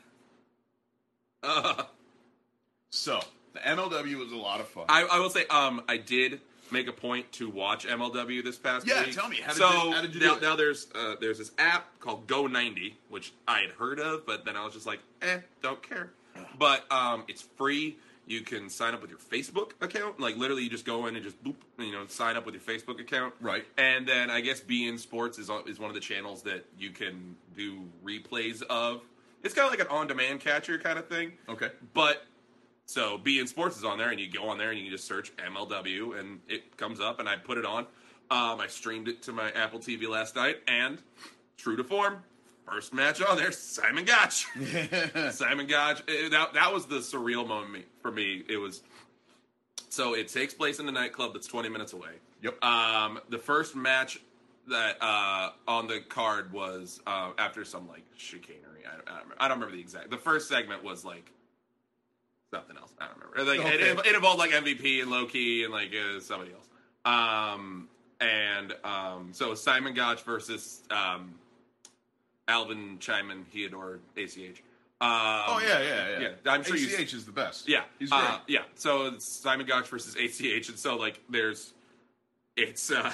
D: Uh,
C: So, the MLW was a lot of fun.
D: I, I will say, um, I did make a point to watch MLW this past
C: Yeah,
D: week.
C: tell me, how did
D: so
C: you- how did you do
D: now,
C: it?
D: now there's uh, there's this app called Go ninety, which I had heard of, but then I was just like, eh, don't care. But um, it's free. You can sign up with your Facebook account. Like literally, you just go in and just boop, you know, sign up with your Facebook account.
C: Right.
D: And then I guess Be In Sports is on- is one of the channels that you can do replays of. It's kind of like an on-demand catcher kind of thing.
C: okay.
D: But so Be In Sports is on there, and you go on there and you can just search MLW, and it comes up. And I put it on. Um, I streamed it to my Apple TV last night, and true to form, first match on there, Simon Gotch. Simon Gotch. eh, That that was the surreal moment for me. It was. So it takes place in the nightclub that's 20 minutes away.
C: Yep.
D: Um, the first match that uh, on the card was uh, after some like chicanery. I don't, I, don't remember, I don't remember the exact. The first segment was like something else. I don't remember. Like it- it,
C: Okay.
D: it involved like MVP and Loki and like uh, somebody else. Um, and um, so Simon Gotch versus um, Alvin Chyman, Heodore ACH.
C: Oh yeah, yeah, yeah.
D: yeah, I'm sure you-
C: ACH is the best.
D: Yeah,
C: he's great.
D: uh, yeah. So it's Simon Gotch versus ACH, and so like there's, it's uh,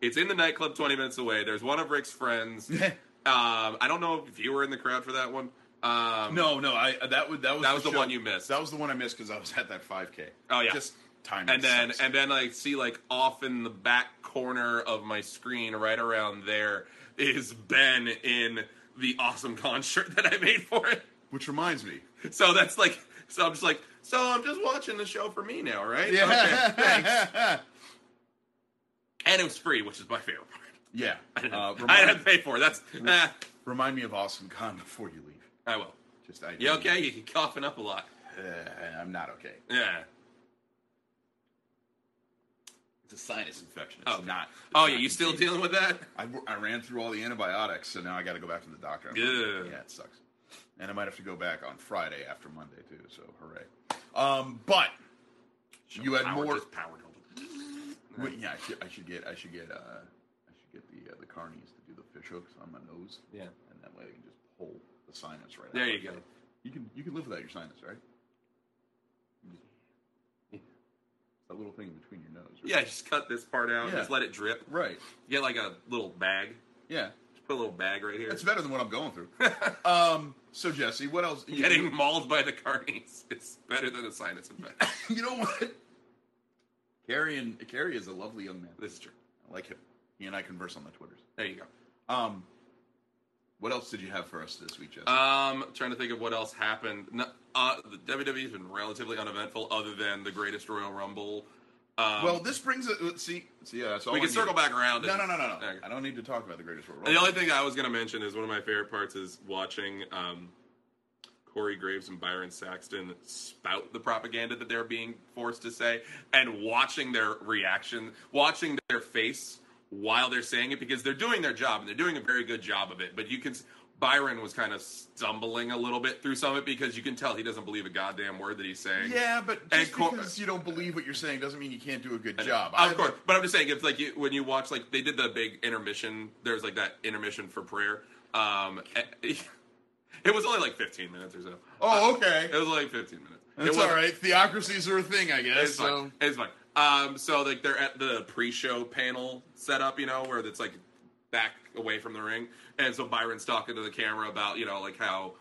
D: it's in the nightclub twenty minutes away. There's one of Rick's friends. um, I don't know if you were in the crowd for that one. Um,
C: no, no, I uh, that was that was
D: That was the
C: show-
D: one you missed.
C: That was the one I missed because I was at that 5K.
D: Oh, yeah.
C: just time.
D: and then and then I see like off in the back corner of my screen, right around there, is Ben in the awesome con shirt that I made for it.
C: which reminds me,
D: So that's like, so I'm just like, so I'm just watching the show for me now, right?
C: yeah,
D: Okay, thanks. and it was free, which is my favorite part.
C: yeah. Uh,
D: I had to
C: remind,
D: pay for it. That's nah,
C: remind me of Awesome Con before you leave.
D: I will.
C: Just I,
D: You okay? You keep coughing up a lot.
C: Uh, I'm not okay.
D: Yeah.
C: It's a sinus infection. It's
D: Oh.
C: not.
D: Oh
C: it's
D: yeah,
C: not
D: you still
C: contagious.
D: dealing with that?
C: I, w- I ran through all the antibiotics, so now I got to go back to the doctor. I'm
D: Yeah.
C: like, yeah, it sucks. And I might have to go back on Friday after Monday too. So hooray! Um, but you had
D: Power
C: more.
D: just powered over.
C: Wait, yeah, I should, I should get I should get uh, I should get the uh, the carnies to do the fish hooks on my nose.
D: Yeah.
C: and that way I can just pull the sinus right.
D: There
C: out.
D: you go.
C: You can you can live without your sinus, right?
D: Yeah.
C: That little thing in between your nose. Right?
D: Yeah, just cut this part out.
C: Yeah.
D: Just let it drip.
C: Right.
D: Get like a little bag.
C: Yeah.
D: Just put a little bag right here.
C: That's better than what I'm going through. um. So Jesse, what else? you-
D: Getting mauled by the carnies. It's better than a sinus infection.
C: You know what? Carrie and Carrie is a lovely young man.
D: this is true.
C: I like him. He and I converse on the twitters.
D: There you go.
C: Um, what else did you have for us this week, Jesse?
D: Um, trying to think of what else happened. No, uh, the WWE's been relatively uneventful, other than the Greatest Royal Rumble. Um,
C: well, this brings it. Let's see. See, yeah, that's all
D: we
C: I
D: can circle
C: needed.
D: back around.
C: No,
D: and-
C: no, no, no, no.
D: Okay.
C: I don't need to talk about the greatest world.
D: And the only thing I was going to mention is one of my favorite parts is watching um, Corey Graves and Byron Saxton spout the propaganda that they're being forced to say and watching their reaction, watching their face while they're saying it because they're doing their job and they're doing a very good job of it. But you can, s- Byron was kind of stumbling a little bit through some of it because you can tell he doesn't believe a goddamn word that he's saying.
C: yeah, but
D: And
C: just
D: Cor-
C: because you don't believe what you're saying doesn't mean you can't do a good
D: I know.
C: job.
D: Of
C: I've-
D: course, but I'm just saying, it's like you, when you watch, like they did the big intermission. There's like that intermission for prayer. Um, eh, it was only like 15 minutes or so. Uh,
C: Oh,
D: It
C: okay.
D: was only 15 minutes. It
C: It's
D: was-
C: all right. Theocracies are a thing, I guess.
D: It's
C: so.
D: fine. It's fine. Um, so like they're at the pre-show panel setup, you know, where it's like back away from the ring, and so Byron's talking to the camera about you know like how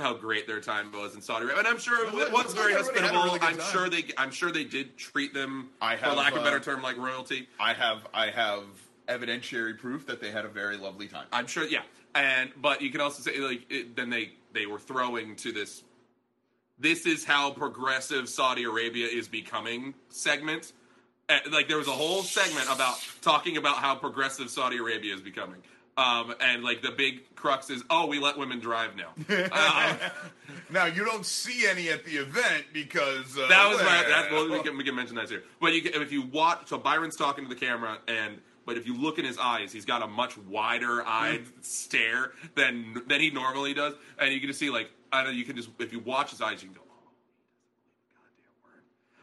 D: how great their time was in Saudi Arabia, and I'm sure
C: Well,
D: it was
C: it
D: very
C: looked like everybody had a
D: hospitable.
C: really good
D: I'm
C: time.
D: sure they I'm sure they did treat them
C: I have,
D: for lack of a
C: uh,
D: better term like royalty.
C: I have I have evidentiary proof that they had a very lovely time.
D: I'm sure, yeah. And but you can also say like it, then they they were throwing to this. This is how progressive Saudi Arabia is becoming segment. Uh, like there was a whole segment about talking about how progressive Saudi Arabia is becoming. Um, and like the big crux is, oh, we let women drive now. Um,
C: now you don't see any at the event because uh,
D: that was my, that's
C: well,
D: well, we can we can mention that here. But you can, if you watch, so Byron's talking to the camera, and but if you look in his eyes, he's got a much wider eyed stare than than he normally does, and you can just see like I don't know, you can just if you watch his eyes, you can go,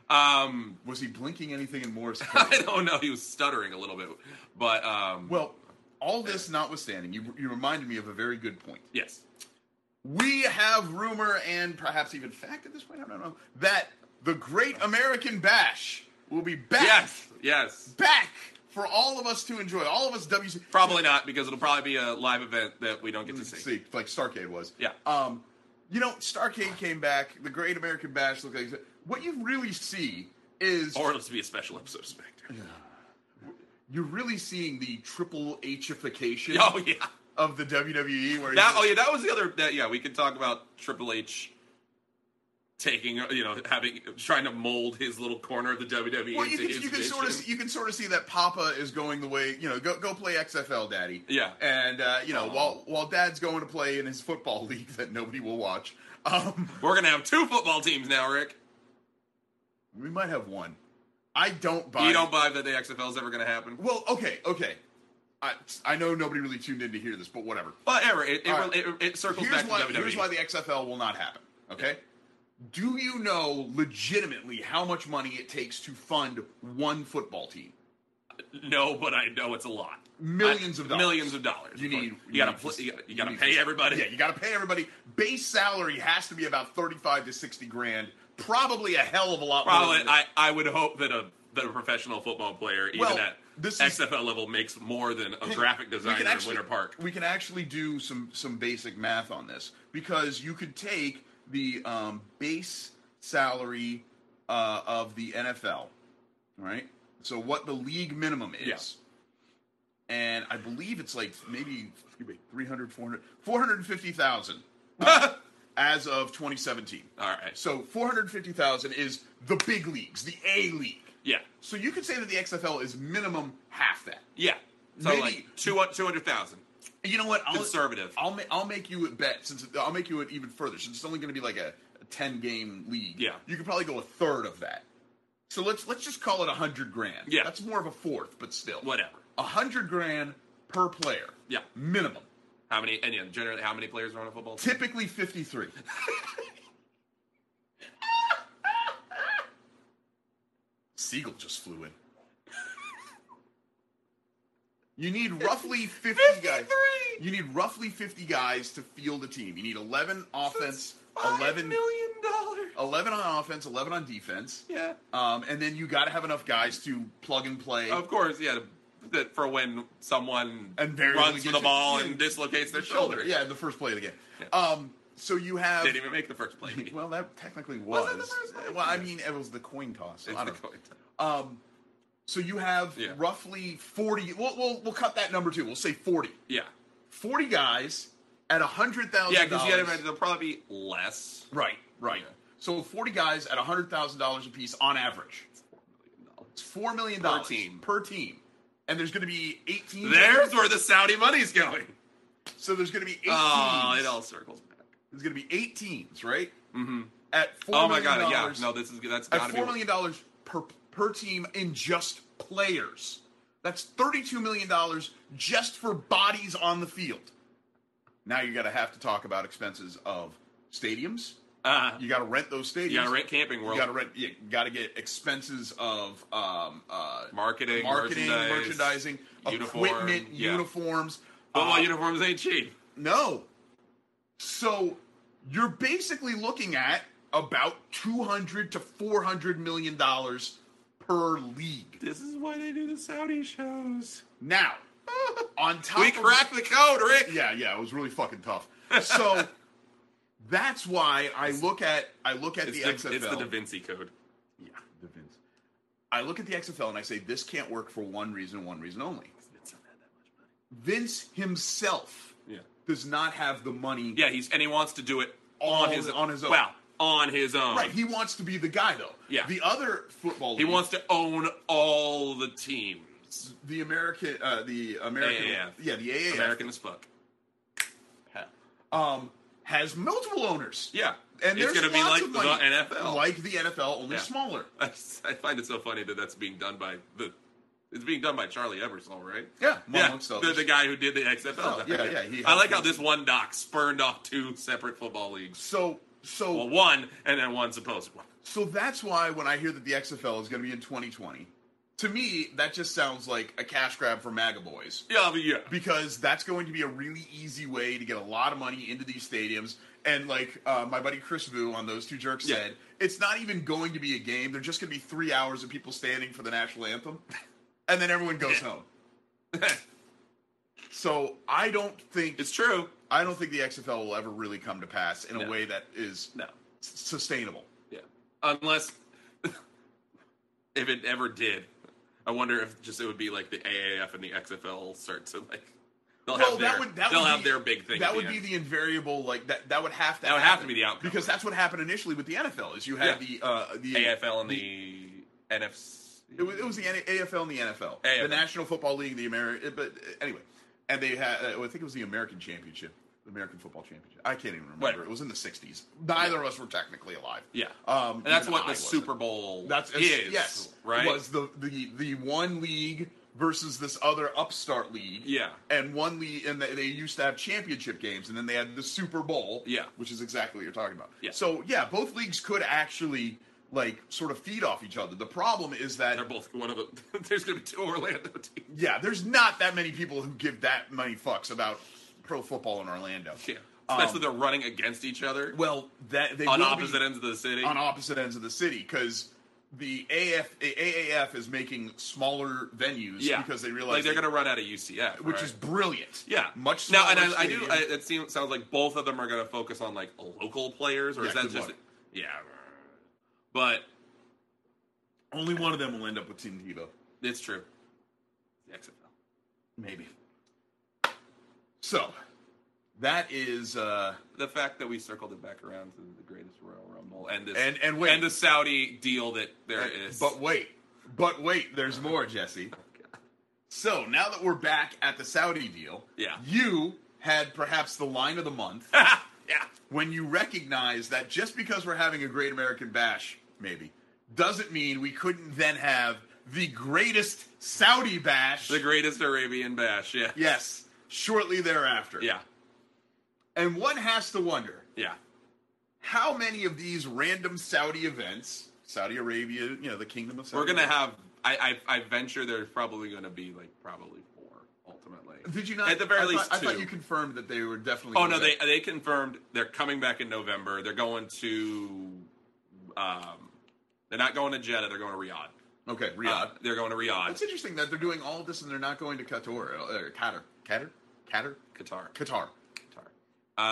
D: oh, he
C: was he blinking anything in Morse code?
D: doesn't believe a goddamn word. Um, I don't know, he was stuttering a little bit, but um,
C: Well, all this notwithstanding, you, you reminded me of a very good point.
D: yes,
C: We have rumor and perhaps even fact at this point, I don't know, that the Great American Bash will be back.
D: yes, yes.
C: Back for all of us to enjoy. All of us WC.
D: Probably not because it'll probably be a live event that we don't get to see.
C: see, like Starcade was.
D: Yeah.
C: Um, you know, Starcade came back. The Great American Bash looked like what you really see is
D: Or it'll just be a special episode of SmackDown.
C: you're really seeing the triple Hification
D: Oh yeah.
C: of the WWE. Where
D: That
C: you-
D: oh yeah, that was the other that yeah, we could talk about Triple H taking uh, you know having trying to mold his little corner of the WWE
C: Well, you
D: into
C: can,
D: his
C: you can
D: vision.
C: sort of see, you can sort of see that Papa is going the way you know go go play XFL, Daddy.
D: Yeah.
C: and uh, you know
D: Oh.
C: while while Dad's going to play in his football league that nobody will watch, um,
D: We're gonna have two football teams now, Rick.
C: we might have one. I don't buy.
D: You don't buy that the XFL is ever gonna happen.
C: Well, okay, okay. I I know nobody really tuned in to hear this, but whatever.
D: Whatever. It it,
C: All right.
D: it, it, circles
C: Here's
D: back
C: why,
D: to E. WWE.
C: here's why the XFL will not happen. Okay. Do you know legitimately how much money it takes to fund one football team?
D: no, but I know it's a lot.
C: millions of dollars.
D: Millions of dollars.
C: You
D: of course.
C: need-
D: You gotta
C: you
D: pl-
C: need-
D: you gotta, you gotta
C: you need-
D: pay everybody.
C: Yeah, you got to pay everybody. Base salary has to be about thirty-five to sixty grand. Probably a hell of a lot. more
D: Probably,
C: than that.
D: I, I would hope that a that a professional football player, even
C: Well,
D: at
C: this is-
D: XFL level, makes more than a
C: We
D: graphic
C: can
D: designer
C: actually-
D: in Winter Park.
C: We can actually do some some basic math on this because you could take the um, base salary uh, of the NFL, right? So what the league minimum is. And I believe it's like maybe 300, 400, 450,000 uh, as of 2017.
D: All right.
C: So 450,000 is the big leagues, the A league.
D: Yeah.
C: So you could say that the XFL is minimum half that.
D: Yeah. So
C: Maybe-
D: like two two hundred thousand.
C: You know what? I'll,
D: Conservative.
C: I'll ma- I'll make you a bet since it- I'll make you it even further since it's only going to be like a, a ten game league.
D: Yeah.
C: you could probably go a third of that. So let's let's just call it a hundred grand.
D: Yeah.
C: that's more of a fourth, but still
D: Whatever.
C: A hundred grand per player.
D: Yeah.
C: minimum.
D: How many? And yeah, generally, how many players are on a football team?
C: Typically fifty three. Siegel just flew in. You need roughly fifty guys. You need roughly 50 guys to field a team. You need 11 offense, 11,
D: million dollars.
C: 11 on offense, 11 on defense.
D: Yeah.
C: Um, and then you got to have enough guys to plug and play.
D: Of course, yeah. That for when someone
C: Invariably
D: runs for
C: gets
D: the
C: it-
D: ball
C: yeah.
D: and dislocates their shoulder.
C: Yeah, the first play of the game. Um, so you have.
D: Didn't even make the first play.
C: well, that technically was.
D: Was that the first play?
C: Well, I
D: Yeah.
C: mean, it was the coin toss.
D: It's
C: I
D: the
C: don't
D: coin toss.
C: know. Um, so you have
D: Yeah.
C: roughly 40. We'll, we'll, we'll cut that number too. We'll say 40.
D: Yeah.
C: 40 guys at $100,000.
D: Yeah, because you gotta imagine they'll probably be less.
C: Right, right.
D: Yeah.
C: So 40 guys at $100,000 a piece on average. It's $4 million
D: Per team.
C: Per team. And there's going to be 18.
D: There's where the Saudi money's going.
C: So there's going to be 18.
D: Oh, it all circles back.
C: There's going to be eight teams, right? Mm-hmm. At $4
D: Oh my
C: million
D: god, yeah.
C: dollars-
D: No, this is that's
C: at
D: gotta
C: $4
D: be
C: million dollars per, per team in just players. That's $32 million just for bodies on the field. Now you're going to have to talk about expenses of stadiums.
D: uh,
C: You got to rent those stadiums.
D: you gotta rent camping world.
C: You gotta rent. You gotta get expenses of um, uh,
D: marketing,
C: marketing,
D: merchandise,
C: merchandising,
D: uniform,
C: equipment,
D: yeah.
C: uniforms.
D: Football
C: uh,
D: uniforms ain't cheap.
C: no. So you're basically looking at about two hundred to four hundred million dollars per league.
D: This is why they do the Saudi shows.
C: Now, on top,
D: We
C: of-
D: cracked the code, Rick.
C: Yeah, yeah, it was really fucking tough. So. That's why I look at I look at
D: It's
C: the
D: the,
C: XFL.
D: it's the Da Vinci code.
C: Yeah, the Vince. I look at the XFL and I say this can't work for one reason, one reason only. Vince himself
D: Yeah.
C: does not have the money.
D: Yeah, he's and he wants to do it
C: On-
D: on his
C: on his own.
D: Well, on his own.
C: Right. He wants to be the guy though.
D: Yeah.
C: The other football.
D: He
C: league,
D: wants to own all the teams.
C: the American. Uh, the American.
D: AAF.
C: Yeah. The AAF.
D: American as fuck.
C: Um, has multiple owners.
D: Yeah,
C: And
D: it's
C: there's
D: going to be
C: lots
D: like
C: of
D: the
C: money,
D: NFL.
C: like the NFL, only
D: Yeah.
C: smaller.
D: I, s- I find it so funny that that's being done by the. It's being done by Charlie Eversole, right?
C: Yeah,
D: yeah.
C: amongst
D: The,
C: others.
D: the guy who did the XFL.
C: Oh, yeah, yeah, he
D: I like
C: helped
D: how this one doc spurned off two separate football leagues.
C: So so
D: Well, one and then one supposed one.
C: So that's why when I hear that the XFL is going to be in 2020, to me that just sounds like a cash grab for MAGA boys
D: Yeah, I mean, yeah.
C: because that's going to be a really easy way to get a lot of money into these stadiums. And like uh, my buddy Chris Vu on those two jerks
D: Yeah.
C: said, it's not even going to be a game. They're just going to be three hours of people standing for the national anthem, and then everyone goes home. So I don't think
D: it's true.
C: I don't think the XFL will ever really come to pass in a
D: No.
C: way that is
D: No.
C: s- sustainable.
D: Yeah. Unless if it ever did, I wonder if just it would be like the AAF and the XFL start to like they'll
C: Well,
D: have their
C: Oh, that would that
D: they'll
C: would
D: have
C: be,
D: their big thing.
C: That
D: at
C: would
D: the
C: be
D: end.
C: the invariable like that. That would have to.
D: That would have to be the outcome.
C: because that's what happened initially with the NFL. Is you had
D: Yeah.
C: the uh, the
D: AFL and the, NFC.
C: It was, it was the N- AFL and the NFL, the
D: AFL.
C: National Football League, the American. But uh, anyway, and they had. Uh, I think it was the American Championship, the American Football Championship. I can't even remember.
D: Whatever.
C: It was in the '60s. Neither of us were technically alive.
D: Yeah.
C: um,
D: and that's
C: even
D: what
C: I
D: the
C: wasn't.
D: Super Bowl
C: That's
D: is.
C: yes,
D: right.
C: Was the, the the one league versus this other upstart league?
D: Yeah.
C: and one league, and they, they used to have championship games, and then they had the Super Bowl.
D: Yeah.
C: which is exactly what you're talking about.
D: Yeah.
C: So yeah, both leagues could actually like sort of feed off each other. The problem is that
D: They're both one of them. There's gonna be two Orlando teams.
C: yeah, there's not that many people who give that many fucks about pro football in Orlando.
D: Yeah,
C: Um,
D: especially they're running against each other
C: Well, that they
D: on
C: will be-
D: opposite ends of the city.
C: on opposite ends of the city because the AF, AAF is making smaller venues
D: yeah,
C: because they realize
D: like they're
C: they-
D: gonna run out of UCF,
C: which
D: right?
C: is brilliant.
D: yeah,
C: much smaller.
D: now. And I, I do.
C: stadium.
D: I, it seems sounds like both of them are gonna focus on like local players, or
C: Yeah,
D: is that
C: good
D: just
C: luck.
D: yeah? But
C: Only one of them will end up with Team Tebow.
D: it's true. The XFL.
C: Maybe. So, that is uh,
D: the fact that we circled it back around to the greatest Royal Rumble and this
C: And- and wait.
D: the Saudi deal that there is. Oh,
C: But wait, but wait, there's more, Jesse. So now that we're back at the Saudi deal,
D: Yeah.
C: you had perhaps the line of the month
D: yeah,
C: when you recognize that just because we're having a Great American Bash, maybe, doesn't mean we couldn't then have the greatest Saudi bash.
D: the greatest Arabian bash. Yeah,
C: yes, shortly thereafter.
D: yeah,
C: And one has to wonder
D: yeah.
C: how many of these random Saudi events, Saudi Arabia, you know, the Kingdom of Saudi
D: We're gonna
C: Arabia-
D: have. I, I I venture there's probably gonna be like probably four ultimately.
C: Did you not?
D: At the very
C: I
D: least,
C: thought, I thought
D: two.
C: you confirmed that they were definitely.
D: Oh
C: gonna
D: no,
C: do
D: they they confirmed they're coming back in November. They're going to. Um, they're not going to Jeddah. They're going to Riyadh.
C: that. Okay,
D: Uh,
C: Riyadh.
D: they're going to Riyadh,
C: It's interesting that they're doing all of this and they're not going to Qatar uh, or Qatar, Qatar, Qatar,
D: Qatar.
C: Qatar.
D: Qatar.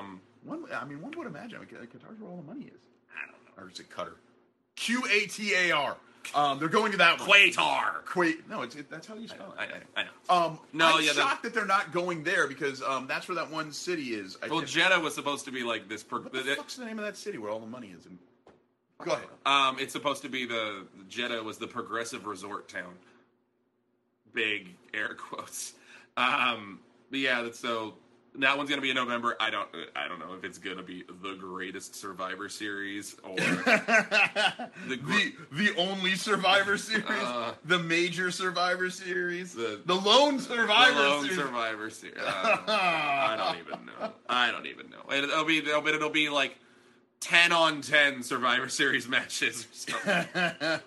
D: Um,
C: One, I mean, one would imagine like, Qatar's where all the money is,
D: I don't know.
C: or is it Qatar? Q A T A R. Um, they're going to that one.
D: Quatar.
C: Kuwait. No, it's it, that's how you spell
D: Oh, I
C: it.
D: know. I know.
C: Um,
D: No,
C: I'm
D: yeah, that-
C: shocked that they're not going there because um, that's where that one city is. I
D: Well,
C: think-
D: Jeddah was supposed to be like this. Per-
C: what the fuck's the name of that city where all the money is? In? Go ahead.
D: um, it's supposed to be the Jeddah was the progressive resort town. Big air quotes. Um, but yeah, that's so that one's gonna be in November. I don't. I don't know if it's gonna be the greatest Survivor Series or
C: the,
D: gr-
C: the only Survivor Series,
D: Uh.
C: the major Survivor Series,
D: The-
C: the, lone
D: the
C: Survivor
D: lone
C: Series.
D: Survivor Series. I don't, know. I don't even know. I don't even know. And It'll be. It'll, be- it'll be like ten on ten Survivor Series matches or something.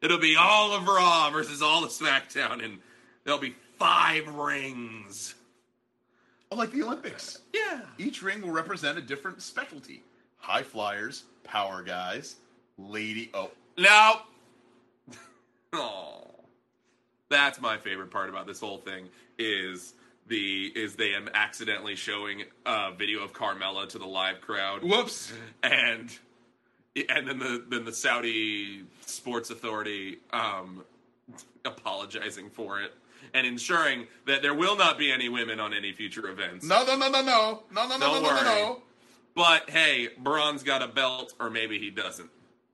D: It'll be all of Raw versus all of SmackDown, and there'll be five rings.
C: Oh, like the Olympics,
D: Yeah.
C: each ring will represent a different specialty: high flyers, power guys, lady. Oh,
D: No. Oh, that's my favorite part about this whole thing is the is they am accidentally showing a video of Carmella to the live crowd,
C: whoops!
D: and and then the then the Saudi Sports Authority um, apologizing for it and ensuring that there will not be any women on any future events.
C: No, no, no, no, no, no, no, no, no,
D: Don't
C: no,
D: worry.
C: no.
D: But hey, Braun's got a belt, or maybe he doesn't.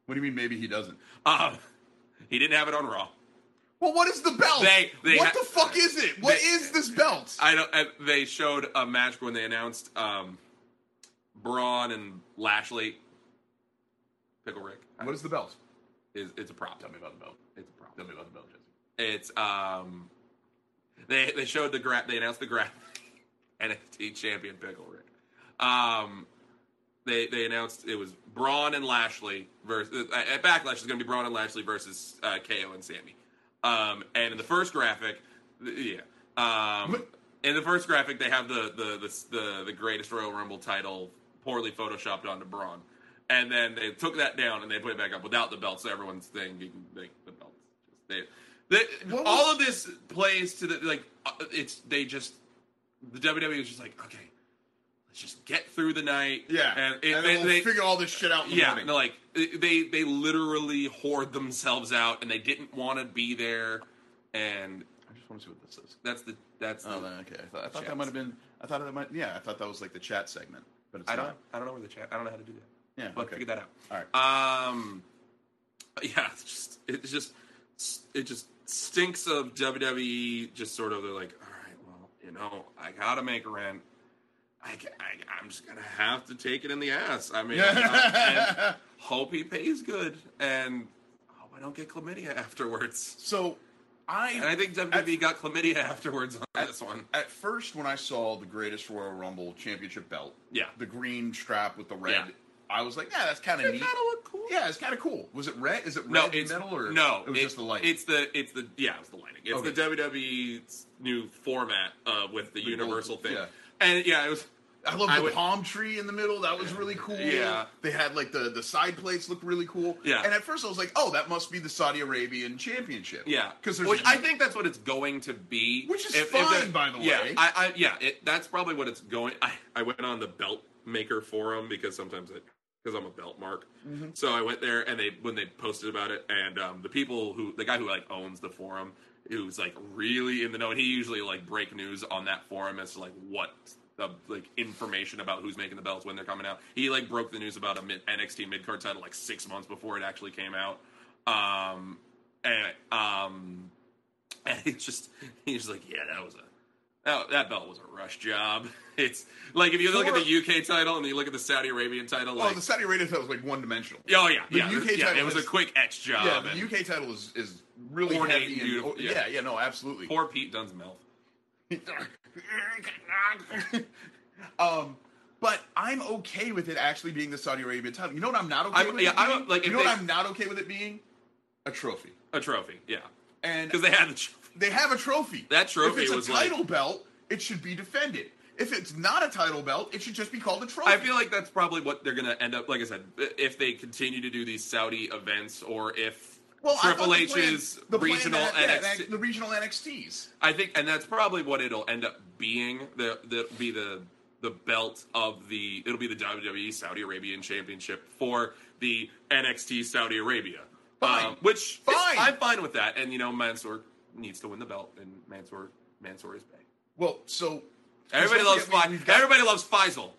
C: What do you mean? Maybe he doesn't.
D: Um, he didn't have it on Raw.
C: Well, what is the belt?
D: They- they
C: what
D: ha-
C: the fuck is it? What
D: they-
C: is this belt?
D: I don't. I, they showed a match when they announced um, Braun and Lashley. Pickle Rick.
C: what is the belt?
D: Is it's a prop?
C: Tell me about the belt.
D: It's a prop.
C: Tell me about the belt, Jesse.
D: It's um, they they showed the graph. They announced the graph. NFT champion Pickle Rick. Um, they they announced it was Braun and Lashley versus uh, at Backlash is going to be Braun and Lashley versus uh, KO and Sammy. Um, and in the first graphic, th- yeah. Um,
C: What?
D: in the first graphic, they have the the the the, the greatest Royal Rumble title poorly photoshopped onto Braun. And then they took that down and they put it back up without the belt, so everyone's saying you can make the belt. They, they,
C: What was-
D: all of this plays to the like. uh, It's they just the WWE was just like okay, let's just get through the night.
C: Yeah,
D: and, it,
C: and
D: they,
C: then we'll
D: they-
C: figure all this shit out. In the
D: yeah,
C: morning.
D: and they're like they they literally hoard themselves out, and they didn't want to be there, and
C: I just want to see what this is.
D: that's the that's
C: Oh,
D: the,
C: then, okay. I thought, I thought
D: Chats.
C: that might have been. I thought that might. Yeah, I thought that was like the chat segment, but it's
D: I don't
C: not.
D: I don't know where the chat I don't know how to do that.
C: Yeah,
D: but
C: okay.
D: figure that out.
C: All right.
D: Um, yeah, it's just it's just it just stinks of WWE. Just sort of they're like, all right, well, you know, I gotta make rent. I, ca- I am just gonna have to take it in the ass. I mean, I- and hope he pays good and hope I don't get chlamydia afterwards.
C: so, I,
D: And I think WWE got chlamydia afterwards on this one.
C: at first when I saw the Greatest Royal Rumble Championship belt,
D: Yeah.
C: the green strap with the red
D: Yeah.
C: I was like, yeah, that's kind of
D: It
C: neat.
D: kinda look cool.
C: Yeah, it's kind of cool. Was it red? Is it red
D: No,
C: and
D: it's
C: metal or
D: no.
C: It was
D: it-
C: just the light.
D: It's the it's the yeah, it's the lighting. It's
C: Okay.
D: the WWE's new format uh, with the,
C: The
D: universal
C: gold-
D: thing.
C: yeah.
D: And yeah, it was.
C: I love
D: I
C: the
D: would-
C: palm tree in the middle. That was really cool.
D: Yeah.
C: They had like the the side plates look really cool.
D: Yeah.
C: And at first I was like, oh, that must be the Saudi Arabian Championship.
D: Yeah,
C: Because there's
D: which
C: I
D: I think that's what it's going to be,
C: Which is
D: there-
C: fine, by the
D: yeah,
C: way.
D: I, I, yeah, it, that's probably what it's going. I, I went on the belt maker forum because sometimes I because I'm a belt mark,
C: Mm-hmm.
D: so I went there and they when they posted about it and um, the people who the guy who like owns the forum who's like really in the know and he usually like break news on that forum as to like what. The, like information about who's making the belts when they're coming out. He like broke the news about a mid- NXT mid card title like six months before it actually came out. Um, and um, and it's just he's like, yeah, that was a that, that belt was a rush job. It's like if you look at
C: For-
D: the UK title and you look at the Saudi Arabian title,
C: well,
D: like
C: the Saudi Arabian title was like one dimensional.
D: oh yeah,
C: the
D: yeah,
C: UK
D: yeah,
C: title
D: it was a
C: is-
D: quick etch job.
C: Yeah,
D: and
C: the UK title is is really
D: Ornate
C: heavy.
D: and
C: and-
D: beautiful,
C: oh,
D: yeah.
C: yeah. yeah, no, absolutely.
D: Poor Pete Dunn's mouth.
C: um, but I'm okay with it actually being the Saudi Arabian title. You know what I'm not okay
D: I'm-
C: with? it
D: yeah, I'm,
C: being?
D: like,
C: you
D: if
C: know
D: they-
C: what I'm not okay with it being a trophy.
D: A trophy, yeah,
C: And
D: because they had the trophy.
C: they have a trophy.
D: That trophy
C: If it's
D: was
C: a
D: like-
C: title belt, it should be defended. If it's not a title belt, it should just be called a trophy.
D: I feel like that's probably what they're gonna end up. Like I said, if they continue to do these Saudi events, or if
C: I thought
D: Triple
C: the plan-
D: H's
C: the plan
D: regional
C: that- yeah,
D: NXT
C: that- the regional NXTs.
D: I think, and that's probably what it'll end up being. The the be the the belt of the it'll be the WWE Saudi Arabian Championship for the NXT Saudi Arabia. Um,
C: Fine.
D: which is-
C: Fine.
D: I'm fine with that. And you know, Mansoor needs to win the belt, and Mansoor Mansoor is Bay.
C: Well, so
D: Everybody
C: don't
D: loves
C: forget,
D: Fi-
C: we- we've got-
D: Everybody loves Faisal.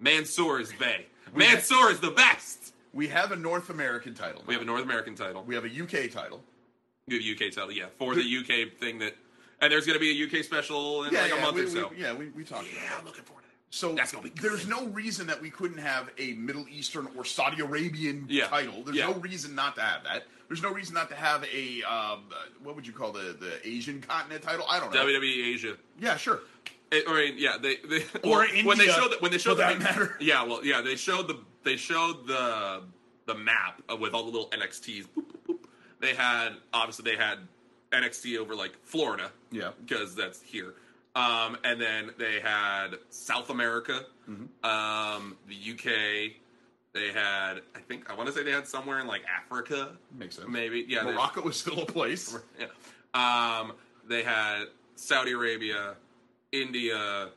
D: Mansoor is Bay.
C: got-
D: Mansoor is the best.
C: We have a North American title.
D: We have a North American title.
C: We have a UK title.
D: We have a UK title. Yeah, for the UK thing that, and there's going to be a UK special in like a month
C: we,
D: or
C: we-
D: so.
C: yeah, we, we talked about
D: yeah,
C: that.
D: I'm looking forward to that.
C: So
D: That's gonna be good.
C: there's no reason that we couldn't have a Middle Eastern or Saudi Arabian
D: Yeah.
C: title. There's
D: Yeah.
C: no reason not to have that. There's no reason not to have a um, uh, what would you call the the Asian continent title? I don't know.
D: WWE E Asia.
C: yeah, sure.
D: It, or yeah, they, they
C: Or
D: when they
C: India,
D: showed the, when they
C: for
D: showed the,
C: that matter.
D: Yeah, well, yeah, they showed the they showed the the map of- with all the little NXTs. Boop, boop, boop. They had obviously they had NXT over like Florida.
C: Yeah.
D: because that's here. Um, and then they had South America,
C: Mm-hmm.
D: um, the UK. They had, I think, I want to say they had somewhere in like Africa.
C: Makes sense.
D: Maybe, yeah. they-
C: Morocco is still a place.
D: yeah. Um, they had Saudi Arabia, India,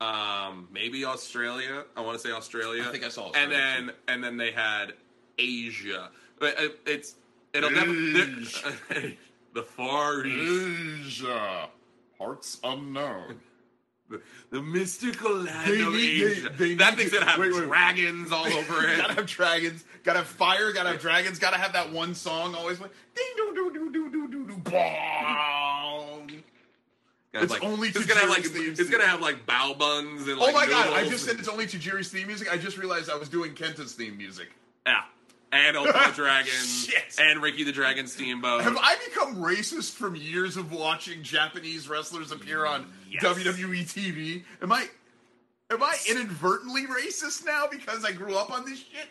D: um, maybe Australia. I want to say Australia.
C: I think I saw
D: And
C: Australia,
D: then and then they had Asia. But it, it's it'll never
C: Eesh.
D: the Far East,
C: Asia, parts unknown.
D: the, the mystical land
C: They
D: of
C: need- they-
D: Asia.
C: they
D: that
C: need
D: thing's
C: to-
D: gonna have
C: wait, wait.
D: dragons all over it.
C: gotta have dragons. Gotta have fire. Gotta have dragons. Gotta have that one song always like ding doo doo doo doo doo doo doo bong.
D: Gonna
C: It's
D: like,
C: only
D: it's gonna have like
C: Tajiri's theme
D: it's
C: music.
D: gonna have like bow buns and
C: Oh
D: like
C: my god! I
D: noodles
C: just said
D: and-
C: it's only Tajiri's theme music. I just realized I was doing Kenta's theme music.
D: Yeah. And Ultimate Dragon.
C: Shit.
D: And Ricky the Dragon Steamboat.
C: Have I become racist from years of watching Japanese wrestlers appear on
D: Yes.
C: WWE TV? Am I am I inadvertently racist now because I grew up on this shit?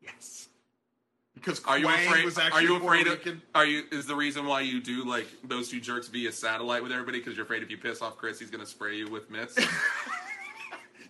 D: yes.
C: Because
D: Are you
C: Kwang
D: afraid?
C: was
D: Are
C: actually
D: you
C: Puerto
D: afraid of?
C: Rican?
D: Are you? Is the reason why you do like those two jerks via satellite with everybody because you're afraid if you piss off Chris, he's gonna spray you with mitts?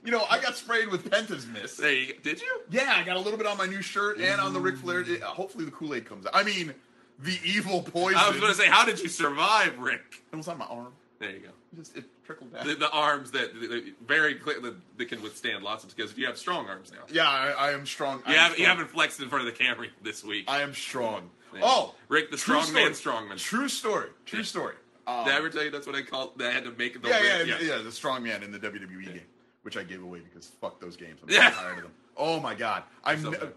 C: You know, I got sprayed with Penta's mist.
D: There you- did you?
C: Yeah, I got a little bit on my new shirt and on the Ric Flair. uh, Hopefully, the Kool Aid comes out. I mean, the evil poison.
D: I was gonna say, how did you survive, Rick?
C: it was on my arm.
D: There you go.
C: It just it trickled down.
D: The, the arms that the, the, very clear that, that can withstand lots of because you have strong arms now.
C: yeah, I, I am strong. I
D: You,
C: am
D: have,
C: strong.
D: you haven't flexed in front of the camera this week.
C: I am strong.
D: Yeah.
C: Oh,
D: Rick the
C: true
D: strong man,
C: story.
D: strongman.
C: True story. True
D: Yeah.
C: story. Um,
D: Did I ever tell you that's what I called? That I had to make the
C: yeah, yeah,
D: Rick-
C: yeah, yeah, The strong man in the WWE game, which I gave away because fuck those games. I'm so
D: Yeah.
C: tired of them. Oh my god, I'm
D: So
C: ne-
D: bad.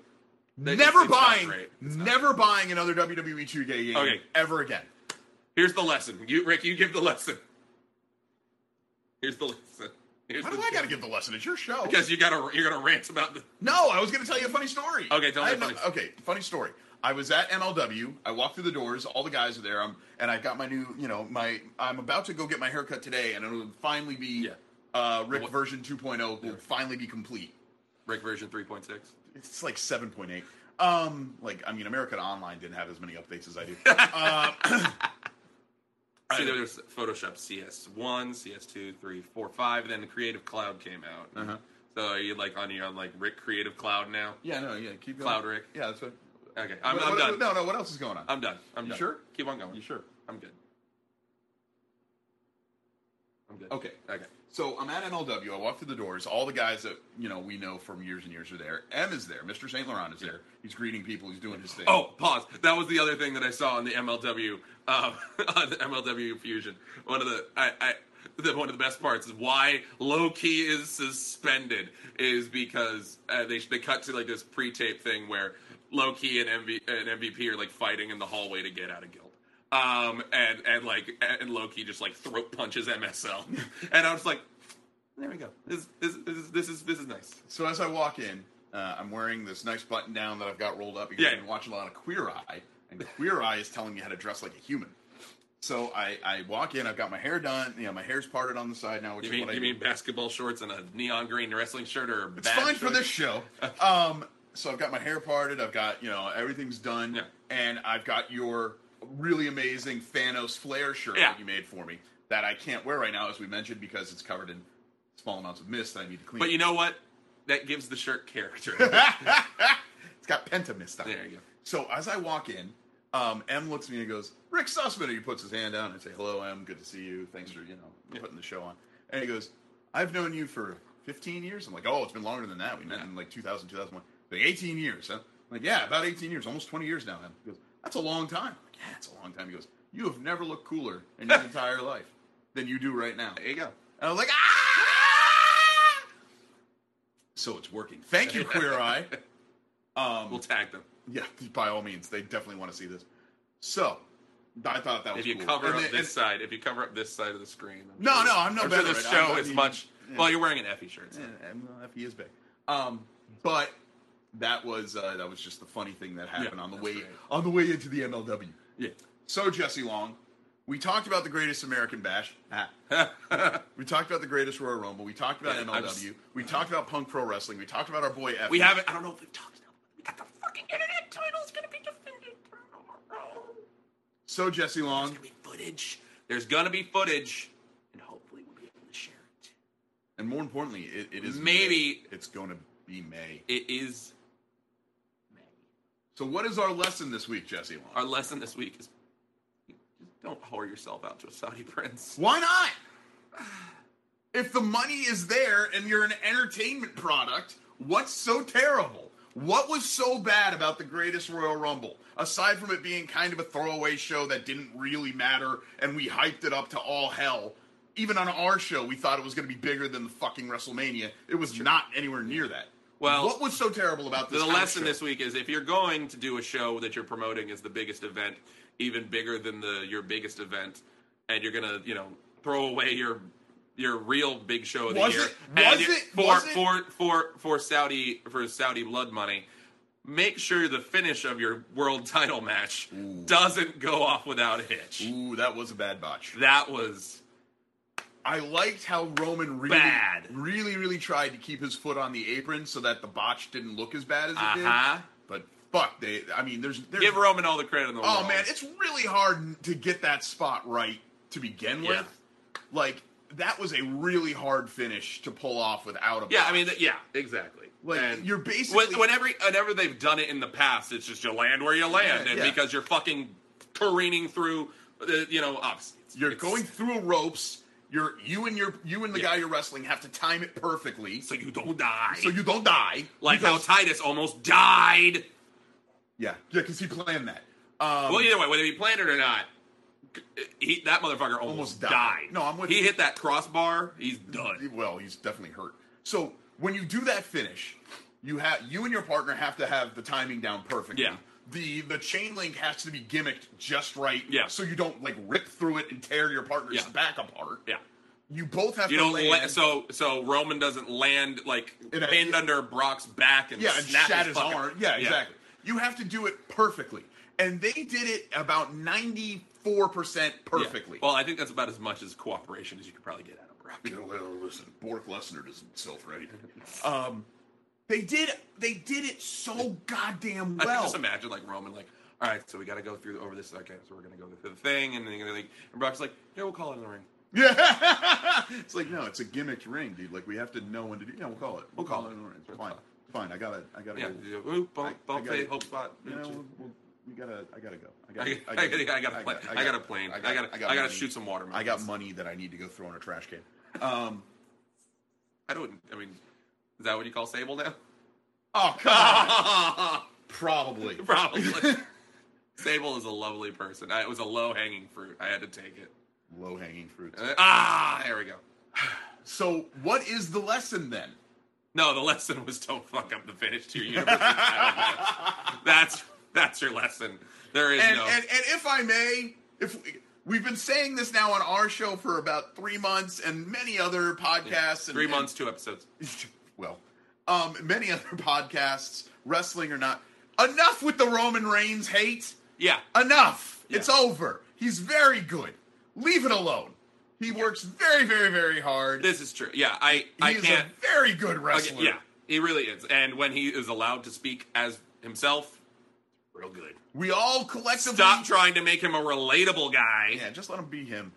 D: They-
C: never
D: it's- it's not
C: buying,
D: great. It's not
C: never buying another WWE 2K game
D: Okay.
C: ever again.
D: Here's the lesson. You, Rick, you give the lesson. Here's the lesson. Here's
C: Why
D: the
C: do I got to give the lesson? It's your show.
D: Because you gotta, you're gonna rant about the.
C: No, I was going to tell you a funny story.
D: Okay, tell me
C: I
D: a
C: had no-
D: funny-
C: okay, funny story. I was at MLW. I walked through the doors. All the guys are there. I'm, and I got my new, you know, my. I'm about to go get my haircut today, and it'll finally be
D: Yeah.
C: uh, Rick
D: What-
C: version 2.0 will finally be complete.
D: Rick version 3.6.
C: It's like 7.8. Um, like I mean, American Online didn't have as many updates as I do. uh,
D: See, there was Photoshop CS1, CS2, 3, 4, 5, and then the Creative Cloud came out.
C: Uh-huh.
D: So are you like on your own like Rick Creative Cloud now?
C: yeah, no, yeah, keep going.
D: Cloud Rick.
C: Yeah, that's what.
D: Okay, I'm,
C: what-
D: I'm
C: what-
D: done.
C: No, no, what else is going on?
D: I'm done. I'm
C: You
D: done.
C: sure?
D: Keep on going.
C: you sure?
D: I'm good. I'm good.
C: Okay.
D: Okay.
C: So I'm at NLW. I walk through the doors. All the guys that you know we know from years and years are there. M is there. Mr. Saint Laurent is there. He's greeting people. He's doing his thing.
D: Oh, pause. That was the other thing that I saw on the MLW, um, on the MLW Fusion. One of the, I, I, the, one of the best parts is why Loki is suspended is because uh, they they cut to like this pre-tape thing where Loki and MV, and MVP are like fighting in the hallway to get out of guild. Um, and and like and Loki just like throat punches MSL, and I was like, there we go. This this this is this is, this is nice.
C: So as I walk in, uh, I'm wearing this nice button down that I've got rolled up because
D: Yeah.
C: I've been watching a lot of Queer Eye, and Queer Eye is telling me how to dress like a human. So I, I walk in. I've got my hair done. You know, my hair's parted on the side now, which
D: You
C: is
D: mean
C: what I
D: you
C: do.
D: mean basketball shorts and a neon green wrestling shirt or a
C: It's
D: bad
C: fine for
D: shirt?
C: this show. Um, so I've got my hair parted. I've got you know everything's done,
D: Yeah.
C: and I've got your really amazing Thanos flare shirt
D: Yeah.
C: that you made for me that I can't wear right now, as we mentioned, because it's covered in small amounts of mist. That I need to clean.
D: But you know what? That gives the shirt character.
C: it's got pentamist on
D: There
C: it.
D: you go.
C: So as I walk in, um, M looks at me and goes, Rick Sussman. And he puts his hand down and I say, hello, M. Good to see you. Thanks for, you know, putting the show on. And he goes, I've known you for 15 years. I'm like, oh, it's been longer than that. We met in like 2000, 2001. He's Like 18 years, huh? I'm like, yeah, about 18 years, almost 20 years now, M. He goes, that's a long time. I'm like, yeah, it's a long time. He goes, you have never looked cooler in your entire life than you do right now. There you go. And I was like, ah! So it's working. Thank you, Queer Eye. Um,
D: we'll tag them.
C: yeah, by all means, they definitely want to see this. So, I thought that was
D: If you
C: cool.
D: cover
C: And
D: up
C: then-
D: this
C: and-
D: side, if you cover up this side of the screen. I'm
C: No, no, I'm no
D: I'm
C: better
D: Sure
C: at
D: this
C: it.
D: show
C: I'm-
D: is much.
C: yeah.
D: Well, you're wearing an Effie shirt. So.
C: Yeah, MLFE is big. Um, but that was uh, that was just the funny thing that happened
D: Yeah,
C: on the
D: that's
C: way
D: great.
C: on the way into the MLW.
D: Yeah.
C: So Jesse Long, we talked about the greatest American Bash. Ah. we talked about the greatest Royal Rumble. We talked about
D: Yeah, I'm
C: MLW.
D: just-
C: we talked about Punk Pro Wrestling. We talked about our boy Effie.
D: We haven't. I don't know if we've talked about. it. We got the fucking internet title's gonna be defended tomorrow.
C: So Jesse
D: There's
C: Long
D: gonna be footage. There's gonna be footage, and hopefully we'll be able to share it.
C: and more importantly, it, it is
D: Maybe-
C: May. it's going to be May.
D: It is May.
C: So what is our lesson this week, Jesse Long?
D: Our lesson this week is just don't whore yourself out to a Saudi prince.
C: Why not? If the money is there and you're an entertainment product, what's so terrible? What was so bad about the greatest Royal Rumble? Aside from it being kind of a throwaway show that didn't really matter and we hyped it up to all hell, even on our show, we thought it was going to be bigger than the fucking WrestleMania. It was not anywhere near that.
D: Well,
C: what was so terrible about this?
D: the
C: house
D: lesson
C: show?
D: this week is if you're going to do a show that you're promoting as the biggest event, even bigger than the your biggest event, and you're gonna you know throw away your your real big show of the
C: Was
D: year
C: it-
D: and
C: was
D: you-
C: it-
D: for
C: was it-
D: for for for Saudi for Saudi blood money. Make sure the finish of your world title match doesn't go off without a hitch.
C: Ooh, that was a bad botch.
D: That was
C: I liked how Roman really,
D: Bad.
C: really, really tried to keep his foot on the apron so that the botch didn't look as bad as it
D: Uh-huh.
C: did. But fuck, they. I mean, there's, there's
D: give Roman all the credit in the world.
C: oh man, it's really hard to get that spot right to begin with.
D: Yeah.
C: Like that was a really hard finish to pull off without a.
D: Yeah, I
C: botch.
D: mean, th- yeah, exactly.
C: Like, you're basically-
D: when, whenever whenever they've done it in the past, it's just you land where you land,
C: Yeah,
D: and
C: yeah.
D: because you're fucking careening through, uh, you know, obviously it's-
C: you're
D: it's-
C: going through ropes. You're you and your you and the
D: Yeah.
C: guy you're wrestling have to time it perfectly
D: so you don't die.
C: so you don't die.
D: like how
C: because-
D: Titus almost died.
C: yeah, yeah, because he planned that. Um,
D: Well, either way, whether he planned it or not, c- he, that motherfucker almost,
C: Almost died.
D: died.
C: No, I'm with
D: He
C: you.
D: hit that crossbar. He's done.
C: Well, he's definitely hurt. So when you do that finish, you have you and your partner have to have the timing down perfectly.
D: Yeah.
C: The the chain link has to be gimmicked just right.
D: Yeah.
C: So you don't like rip through it and tear your partner's
D: Yeah.
C: back apart.
D: Yeah.
C: You both have
D: You
C: to
D: don't
C: land.
D: let so so Roman doesn't land like
C: In a-
D: pinned under Brock's back and
C: yeah, and
D: snap
C: shat
D: his,
C: his,
D: fucking-
C: arm. Yeah, exactly. You have to do it perfectly, and they did it about ninety four percent
D: Yeah.
C: perfectly.
D: Well, I think that's about as much as cooperation as you could probably get out of Brock.
C: well, listen, Bork Lesnar doesn't sell for anything. Um, They did. They did it so goddamn
D: I can
C: well.
D: just imagine like Roman like, all right, so we got to go through over this. Okay, so we're gonna go through the thing, and then they're like, and Brock's like, yeah, we'll call it in the ring.
C: Yeah, it's like no, it's a gimmicked ring, dude. Like we have to know when to do. Yeah, we'll call it. We'll call it. It's fine. It's fine. I gotta. I gotta
D: Yeah,
C: go.
D: yeah, ooh, bump,
C: I- I
D: bump,
C: gotta-
D: fade, hope spot.
C: You know, we'll, we'll, we gotta. I gotta go. I
D: I
C: gotta.
D: got, I got, I got a plane.
C: got-
D: I got a plane. I got, I got, to
C: money.
D: shoot some water.
C: I got
D: mountains.
C: money that I need to go throw in a trash can. Um.
D: I don't. I mean, is that what you call Sable now?
C: Oh God. Probably.
D: Probably. Sable is a lovely person. I, it was a low hanging fruit. I had to take it.
C: Low hanging fruits.
D: Uh, ah, there we go.
C: So what is the lesson then?
D: No, the lesson was don't fuck up the finish to your universal title match. That's that's your lesson. There is
C: and,
D: no.
C: and, and if I may, if we, we've been saying this now on our show for about three months and many other podcasts, and,
D: Three
C: and-
D: months, two episodes.
C: well, um, many other podcasts, wrestling or not. Enough with the Roman Reigns hate.
D: Yeah.
C: Uh, Enough.
D: Yeah.
C: It's over. He's very good. Leave it alone. He works very, very, very hard.
D: This is true. Yeah, I, I
C: He's a
D: can't.
C: very good wrestler.
D: Okay, yeah, he really is. And when he is allowed to speak as himself, real good.
C: We all collectively
D: Stop trying to make him a relatable guy. Yeah.
C: Yeah, just let him be him.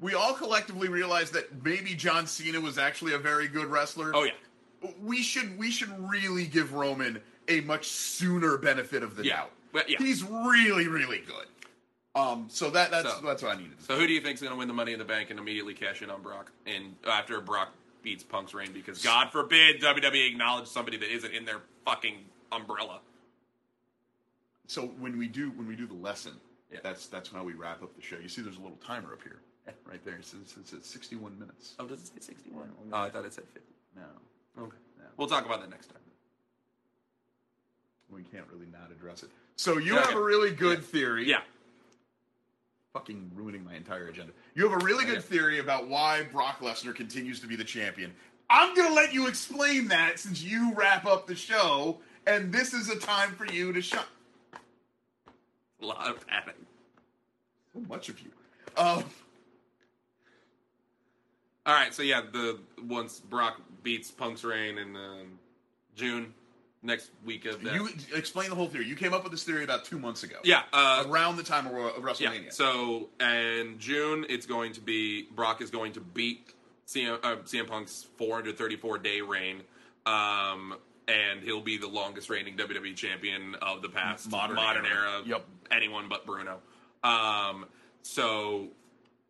C: We all collectively realized that maybe John Cena was actually a very good wrestler.
D: Oh yeah.
C: we should we should really give Roman a much sooner benefit of the
D: Yeah.
C: doubt.
D: Well, yeah.
C: He's really really good. Um, so that that's
D: So-
C: that's what I needed. to say.
D: So who do you think's going to win the Money in the Bank and immediately cash in on Brock? And after Brock beats Punk's reign, because God forbid WWE acknowledge somebody that isn't in their fucking umbrella.
C: So when we do when we do the lesson,
D: Yeah.
C: that's that's how we wrap up the show. You see, there's a little timer up here, right there. It's, it's, it's at 61 minutes.
D: Oh, does it say sixty-one?
C: Yeah,
D: Oh, I thought it said fifty.
C: No,
D: Okay.
C: no,
D: We'll talk about that next time.
C: we can't really not address it. So you
D: Yeah,
C: have
D: okay.
C: a really good theory.
D: Yeah.
C: fucking ruining my entire agenda. You have a really good
D: Okay.
C: theory about why Brock Lesnar continues to be the champion. I'm going to let you explain that since you wrap up the show, and this is a time for you to shut.
D: A lot of padding.
C: So much of you. Um,
D: All right, so yeah, the once Brock beats Punk's reign in um, June next week of that.
C: you explain the whole theory. You came up with this theory about two months ago.
D: yeah, uh,
C: Around the time of, Ro- of
D: yeah.
C: WrestleMania.
D: So in June, it's going to be Brock is going to beat CM, uh, CM Punk's 434 day reign, um, and he'll be the longest reigning WWE champion of the past
C: Modern era.
D: era.
C: Yep.
D: anyone but Bruno. Um, so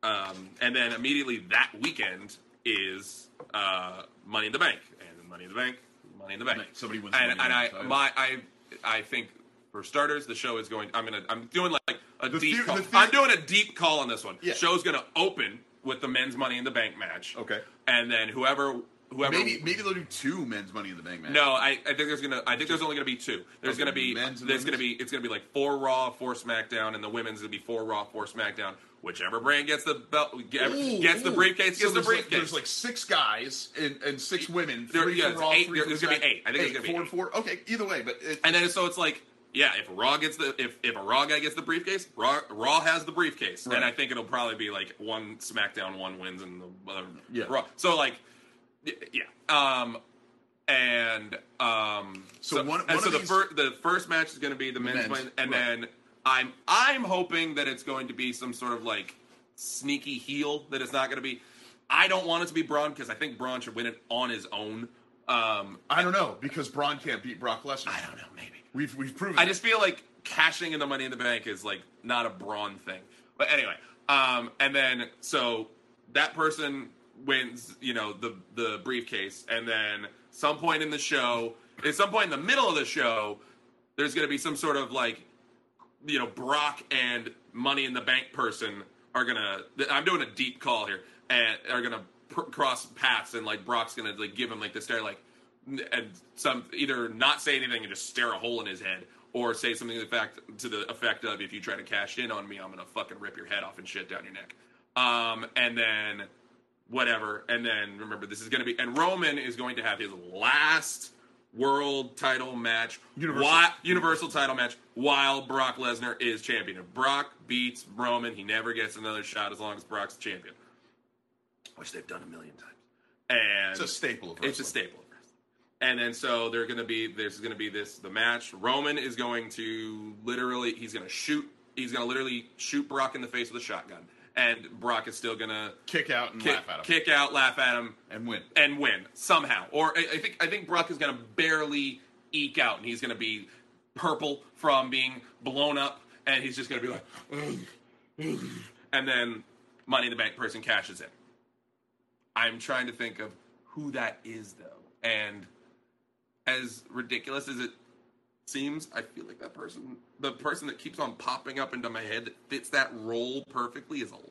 D: Um, and then immediately that weekend is uh, Money in the Bank, and then Money in the Bank, Money in the Bank.
C: Somebody wins the
D: And,
C: Money in
D: and
C: the
D: I,
C: Bank title.
D: my, I, I think for starters, the show is going. I'm gonna, I'm doing like a
C: The
D: deep.
C: theor-
D: call.
C: the theor-
D: I'm doing a deep call on this one.
C: Yeah.
D: Show's gonna open with the men's Money in the Bank match.
C: Okay.
D: And then whoever, whoever.
C: maybe, maybe they'll do two men's Money in the Bank matches.
D: No, I, I think there's gonna. I think there's only gonna be two. There's
C: Okay,
D: gonna be
C: men's and
D: there's gonna be
C: women's?
D: it's gonna be like four Raw, four SmackDown, and the women's gonna be four Raw, four SmackDown. Whichever brand gets the belt, get,
C: Ooh,
D: gets the
C: ooh.
D: briefcase,
C: So there's
D: gets the
C: like-
D: briefcase.
C: there's like six guys and, and six women.
D: There-
C: three
D: yeah,
C: from
D: it's
C: Raw,
D: eight.
C: three
D: There-
C: from
D: there's gonna be
C: SmackDown.
D: eight. I think it's gonna be
C: four
D: eight.
C: and four. Okay, either way, but it,
D: and then so it's like, yeah, if Raw gets the if if a Raw guy gets the briefcase, Raw, Raw has the briefcase,
C: Right.
D: and I think it'll probably be like one SmackDown, one wins, and the other
C: Yeah.
D: Raw. So like, y- yeah, um, and um,
C: So one-
D: and
C: one
D: so
C: of
D: the
C: these-
D: first the first match is going to be the men's,
C: men's,
D: one, and
C: right.
D: then I'm I'm hoping that it's going to be some sort of like sneaky heel that it's not going to be. I don't want it to be Braun because I think Braun should win it on his own. Um,
C: I don't know because Braun can't beat Brock Lesnar.
D: I don't know, maybe.
C: We've we've proven.
D: I
C: it.
D: just feel like cashing in the money in the bank is like not a brawn thing. But anyway, um, and then so that person wins, you know, the the briefcase, and then some point in the show, at some point in the middle of the show, there's going to be some sort of like, you know, Brock and Money in the Bank person are gonna. th- I'm doing a deep call here, and are gonna pr- cross paths, and like Brock's gonna like give him like the stare, like, n- and some either not say anything and just stare a hole in his head, or say something to the fact to the effect of, "If you try to cash in on me, I'm gonna fucking rip your head off and shit down your neck." Um, and then whatever, and then remember this is gonna be, and Roman is going to have his last world title match
C: Universal.
D: whi- Universal title match while Brock Lesnar is champion. If Brock beats Roman, he never gets another shot as long as Brock's champion, which they've done a million times. And
C: it's a staple of
D: it's a
C: wrestling.
D: staple. of wrestling. And then so they're going to be there's going to be this the match. Roman is going to literally he's going to shoot he's going to literally shoot Brock in the face with a shotgun, and Brock is still going to
C: Kick out and
D: kick,
C: laugh at him
D: kick out, laugh at him,
C: and win.
D: and win somehow. Or I, I think I think Brock is going to barely eke out, and he's going to be purple from being blown up, and he's just going to be like, and then Money in the Bank person cashes in. I'm trying to think of who that is though, and as ridiculous as it seems, I feel like that person, the person that keeps on popping up into my head that fits that role perfectly, is Elias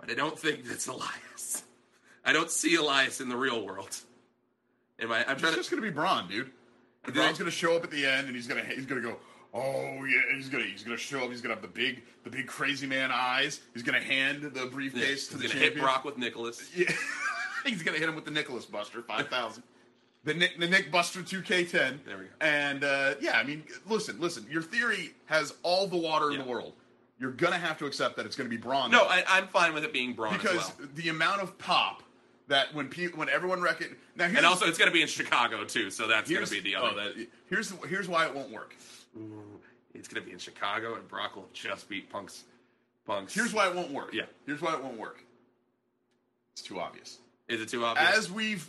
D: but I don't think that's Elias. I don't see Elias in the real world. Am I? I'm
C: It's
D: trying
C: just
D: to.
C: gonna be Braun, dude. And
D: Dude.
C: Braun's gonna show up at the end, and he's gonna he's gonna go, oh yeah, and he's gonna he's gonna show up. He's gonna have the big the big crazy man eyes. He's gonna hand the
D: Yeah,
C: briefcase
D: he's
C: to
D: gonna
C: the champion.
D: hit Brock with Nicholas.
C: Yeah. he's gonna hit him with the Nicholas Buster five thousand. The Nick, the Nick Buster 2K10.
D: There we go.
C: And uh, yeah, I mean, listen, listen. Your theory has all the water in
D: Yeah.
C: the world. You're gonna have to accept that it's gonna be Braun.
D: No, I, I'm fine with it being Braun
C: because
D: as well.
C: the amount of pop that when pe- when everyone reckon now here's
D: And also, it's going to be in Chicago too, so that's going
C: here's
D: to be the
C: oh,
D: other.
C: that- here's here's why it won't work.
D: it's going to be in Chicago, and Brock will just beat Punk's. Punk's.
C: Here's why it won't work.
D: Yeah.
C: Here's why it won't work. It's too obvious.
D: is it too obvious?
C: As we've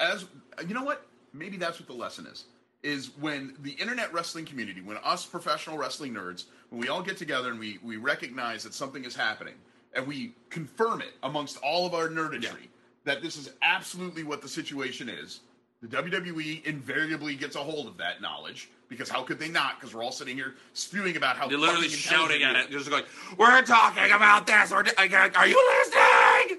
C: as you know what? Maybe that's what the lesson is. Is when the internet wrestling community, when us professional wrestling nerds, when we all get together and we we recognize that something is happening and we confirm it amongst all of our nerdistry that this is absolutely what the situation is. The WWE invariably gets a hold of that knowledge because how could they not? Because we're all sitting here spewing about how
D: They're literally
C: fucking
D: shouting
C: intelligent
D: at
C: we
D: it, just like, "We're talking about this. We're, are you listening?"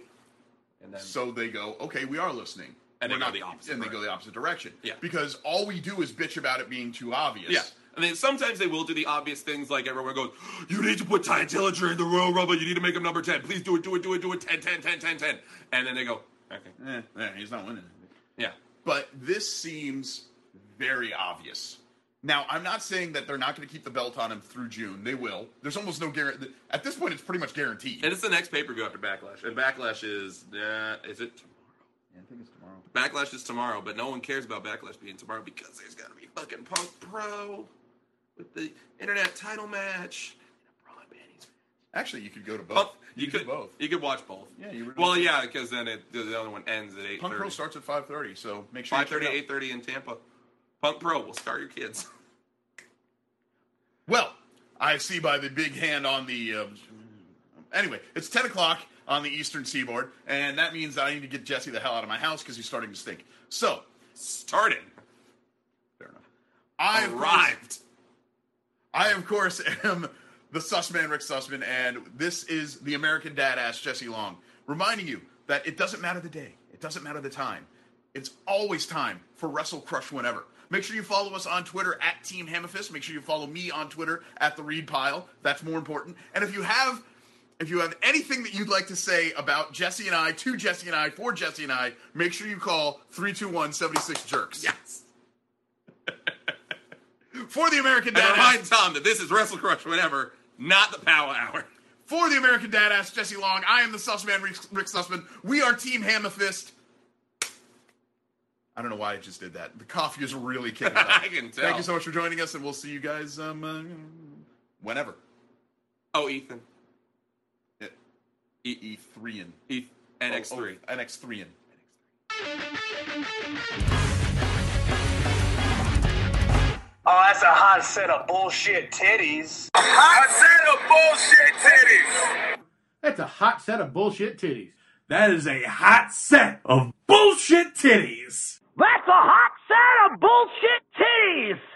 D: And then
C: So they go, okay, we are listening.
D: And they
C: We're
D: go the opposite
C: And they go
D: direction.
C: the opposite direction.
D: Yeah.
C: Because all we do is bitch about it being too obvious.
D: Yeah. I mean, sometimes they will do the obvious things like everyone goes, You need to put Ty Dillinger in the Royal Rumble. You need to make him number 10. Please do it, do it, do it, do it. 10, 10, 10, 10, 10. And then they go, Okay.
C: Eh, eh, he's not winning.
D: Yeah.
C: But this seems very obvious. Now, I'm not saying that they're not going to keep the belt on him through June. They will. There's almost no guarantee. At this point, it's pretty much guaranteed.
D: And it's the next pay per view after Backlash. And Backlash is, uh, is it tomorrow?
C: I think it's tomorrow.
D: Backlash is tomorrow, but no one cares about Backlash being tomorrow because there's got to be fucking Punk Pro with the internet title match. And a Braun Panties match.
C: Actually, you could go to both.
D: Punk, you,
C: do
D: could
C: both.
D: You could watch both.
C: Yeah, you really
D: Well,
C: could.
D: yeah, because then it, the other one ends at eight.
C: Punk Pro starts at 5.30, so make sure you check it
D: Five thirty,
C: out.
D: eight thirty in Tampa. Punk Pro will start your kids.
C: Well, I see by the big hand on the. Um, anyway, it's 10 o'clock on the Eastern Seaboard, and that means that I need to get Jesse the hell out of my house because he's starting to stink. So,
D: Started.
C: fair enough. I, of course-
D: Arrived.
C: I, of course, am the Sussman, Rick Sussman, and this is the American dad ass Jesse Long, reminding you that it doesn't matter the day, it doesn't matter the time. It's always time for Wrestle Crush whenever. Make sure you follow us on Twitter at Team Hamifist. Make sure you follow me on Twitter at The Reed Pile. That's more important. And if you have if you have anything that you'd like to say about Jesse and I, to Jesse and I, for Jesse and I, make sure you call 321 76 Jerks.
D: Yes.
C: For the American
D: And
C: Dad Ass-
D: remind Tom that this is Wrestle Crush, whatever, not the Power Hour.
C: For the American Dad Ass Jesse Long, I am the Sussman, Rick, Rick Sussman. We are Team Hammerfist. I don't know why I just did that. The coffee is really kicking up.
D: I can tell.
C: Thank you so much for joining us, and we'll see you guys um, uh, whenever.
D: Oh, Ethan. E
C: E3 and
D: Ethan. NX3.
C: Oh, NX3 and.
B: Oh, that's a hot set of bullshit titties.
E: Hot set of bullshit titties.
F: That's a hot set of bullshit titties.
E: That is a hot set of bullshit titties.
G: That's a hot set of bullshit titties!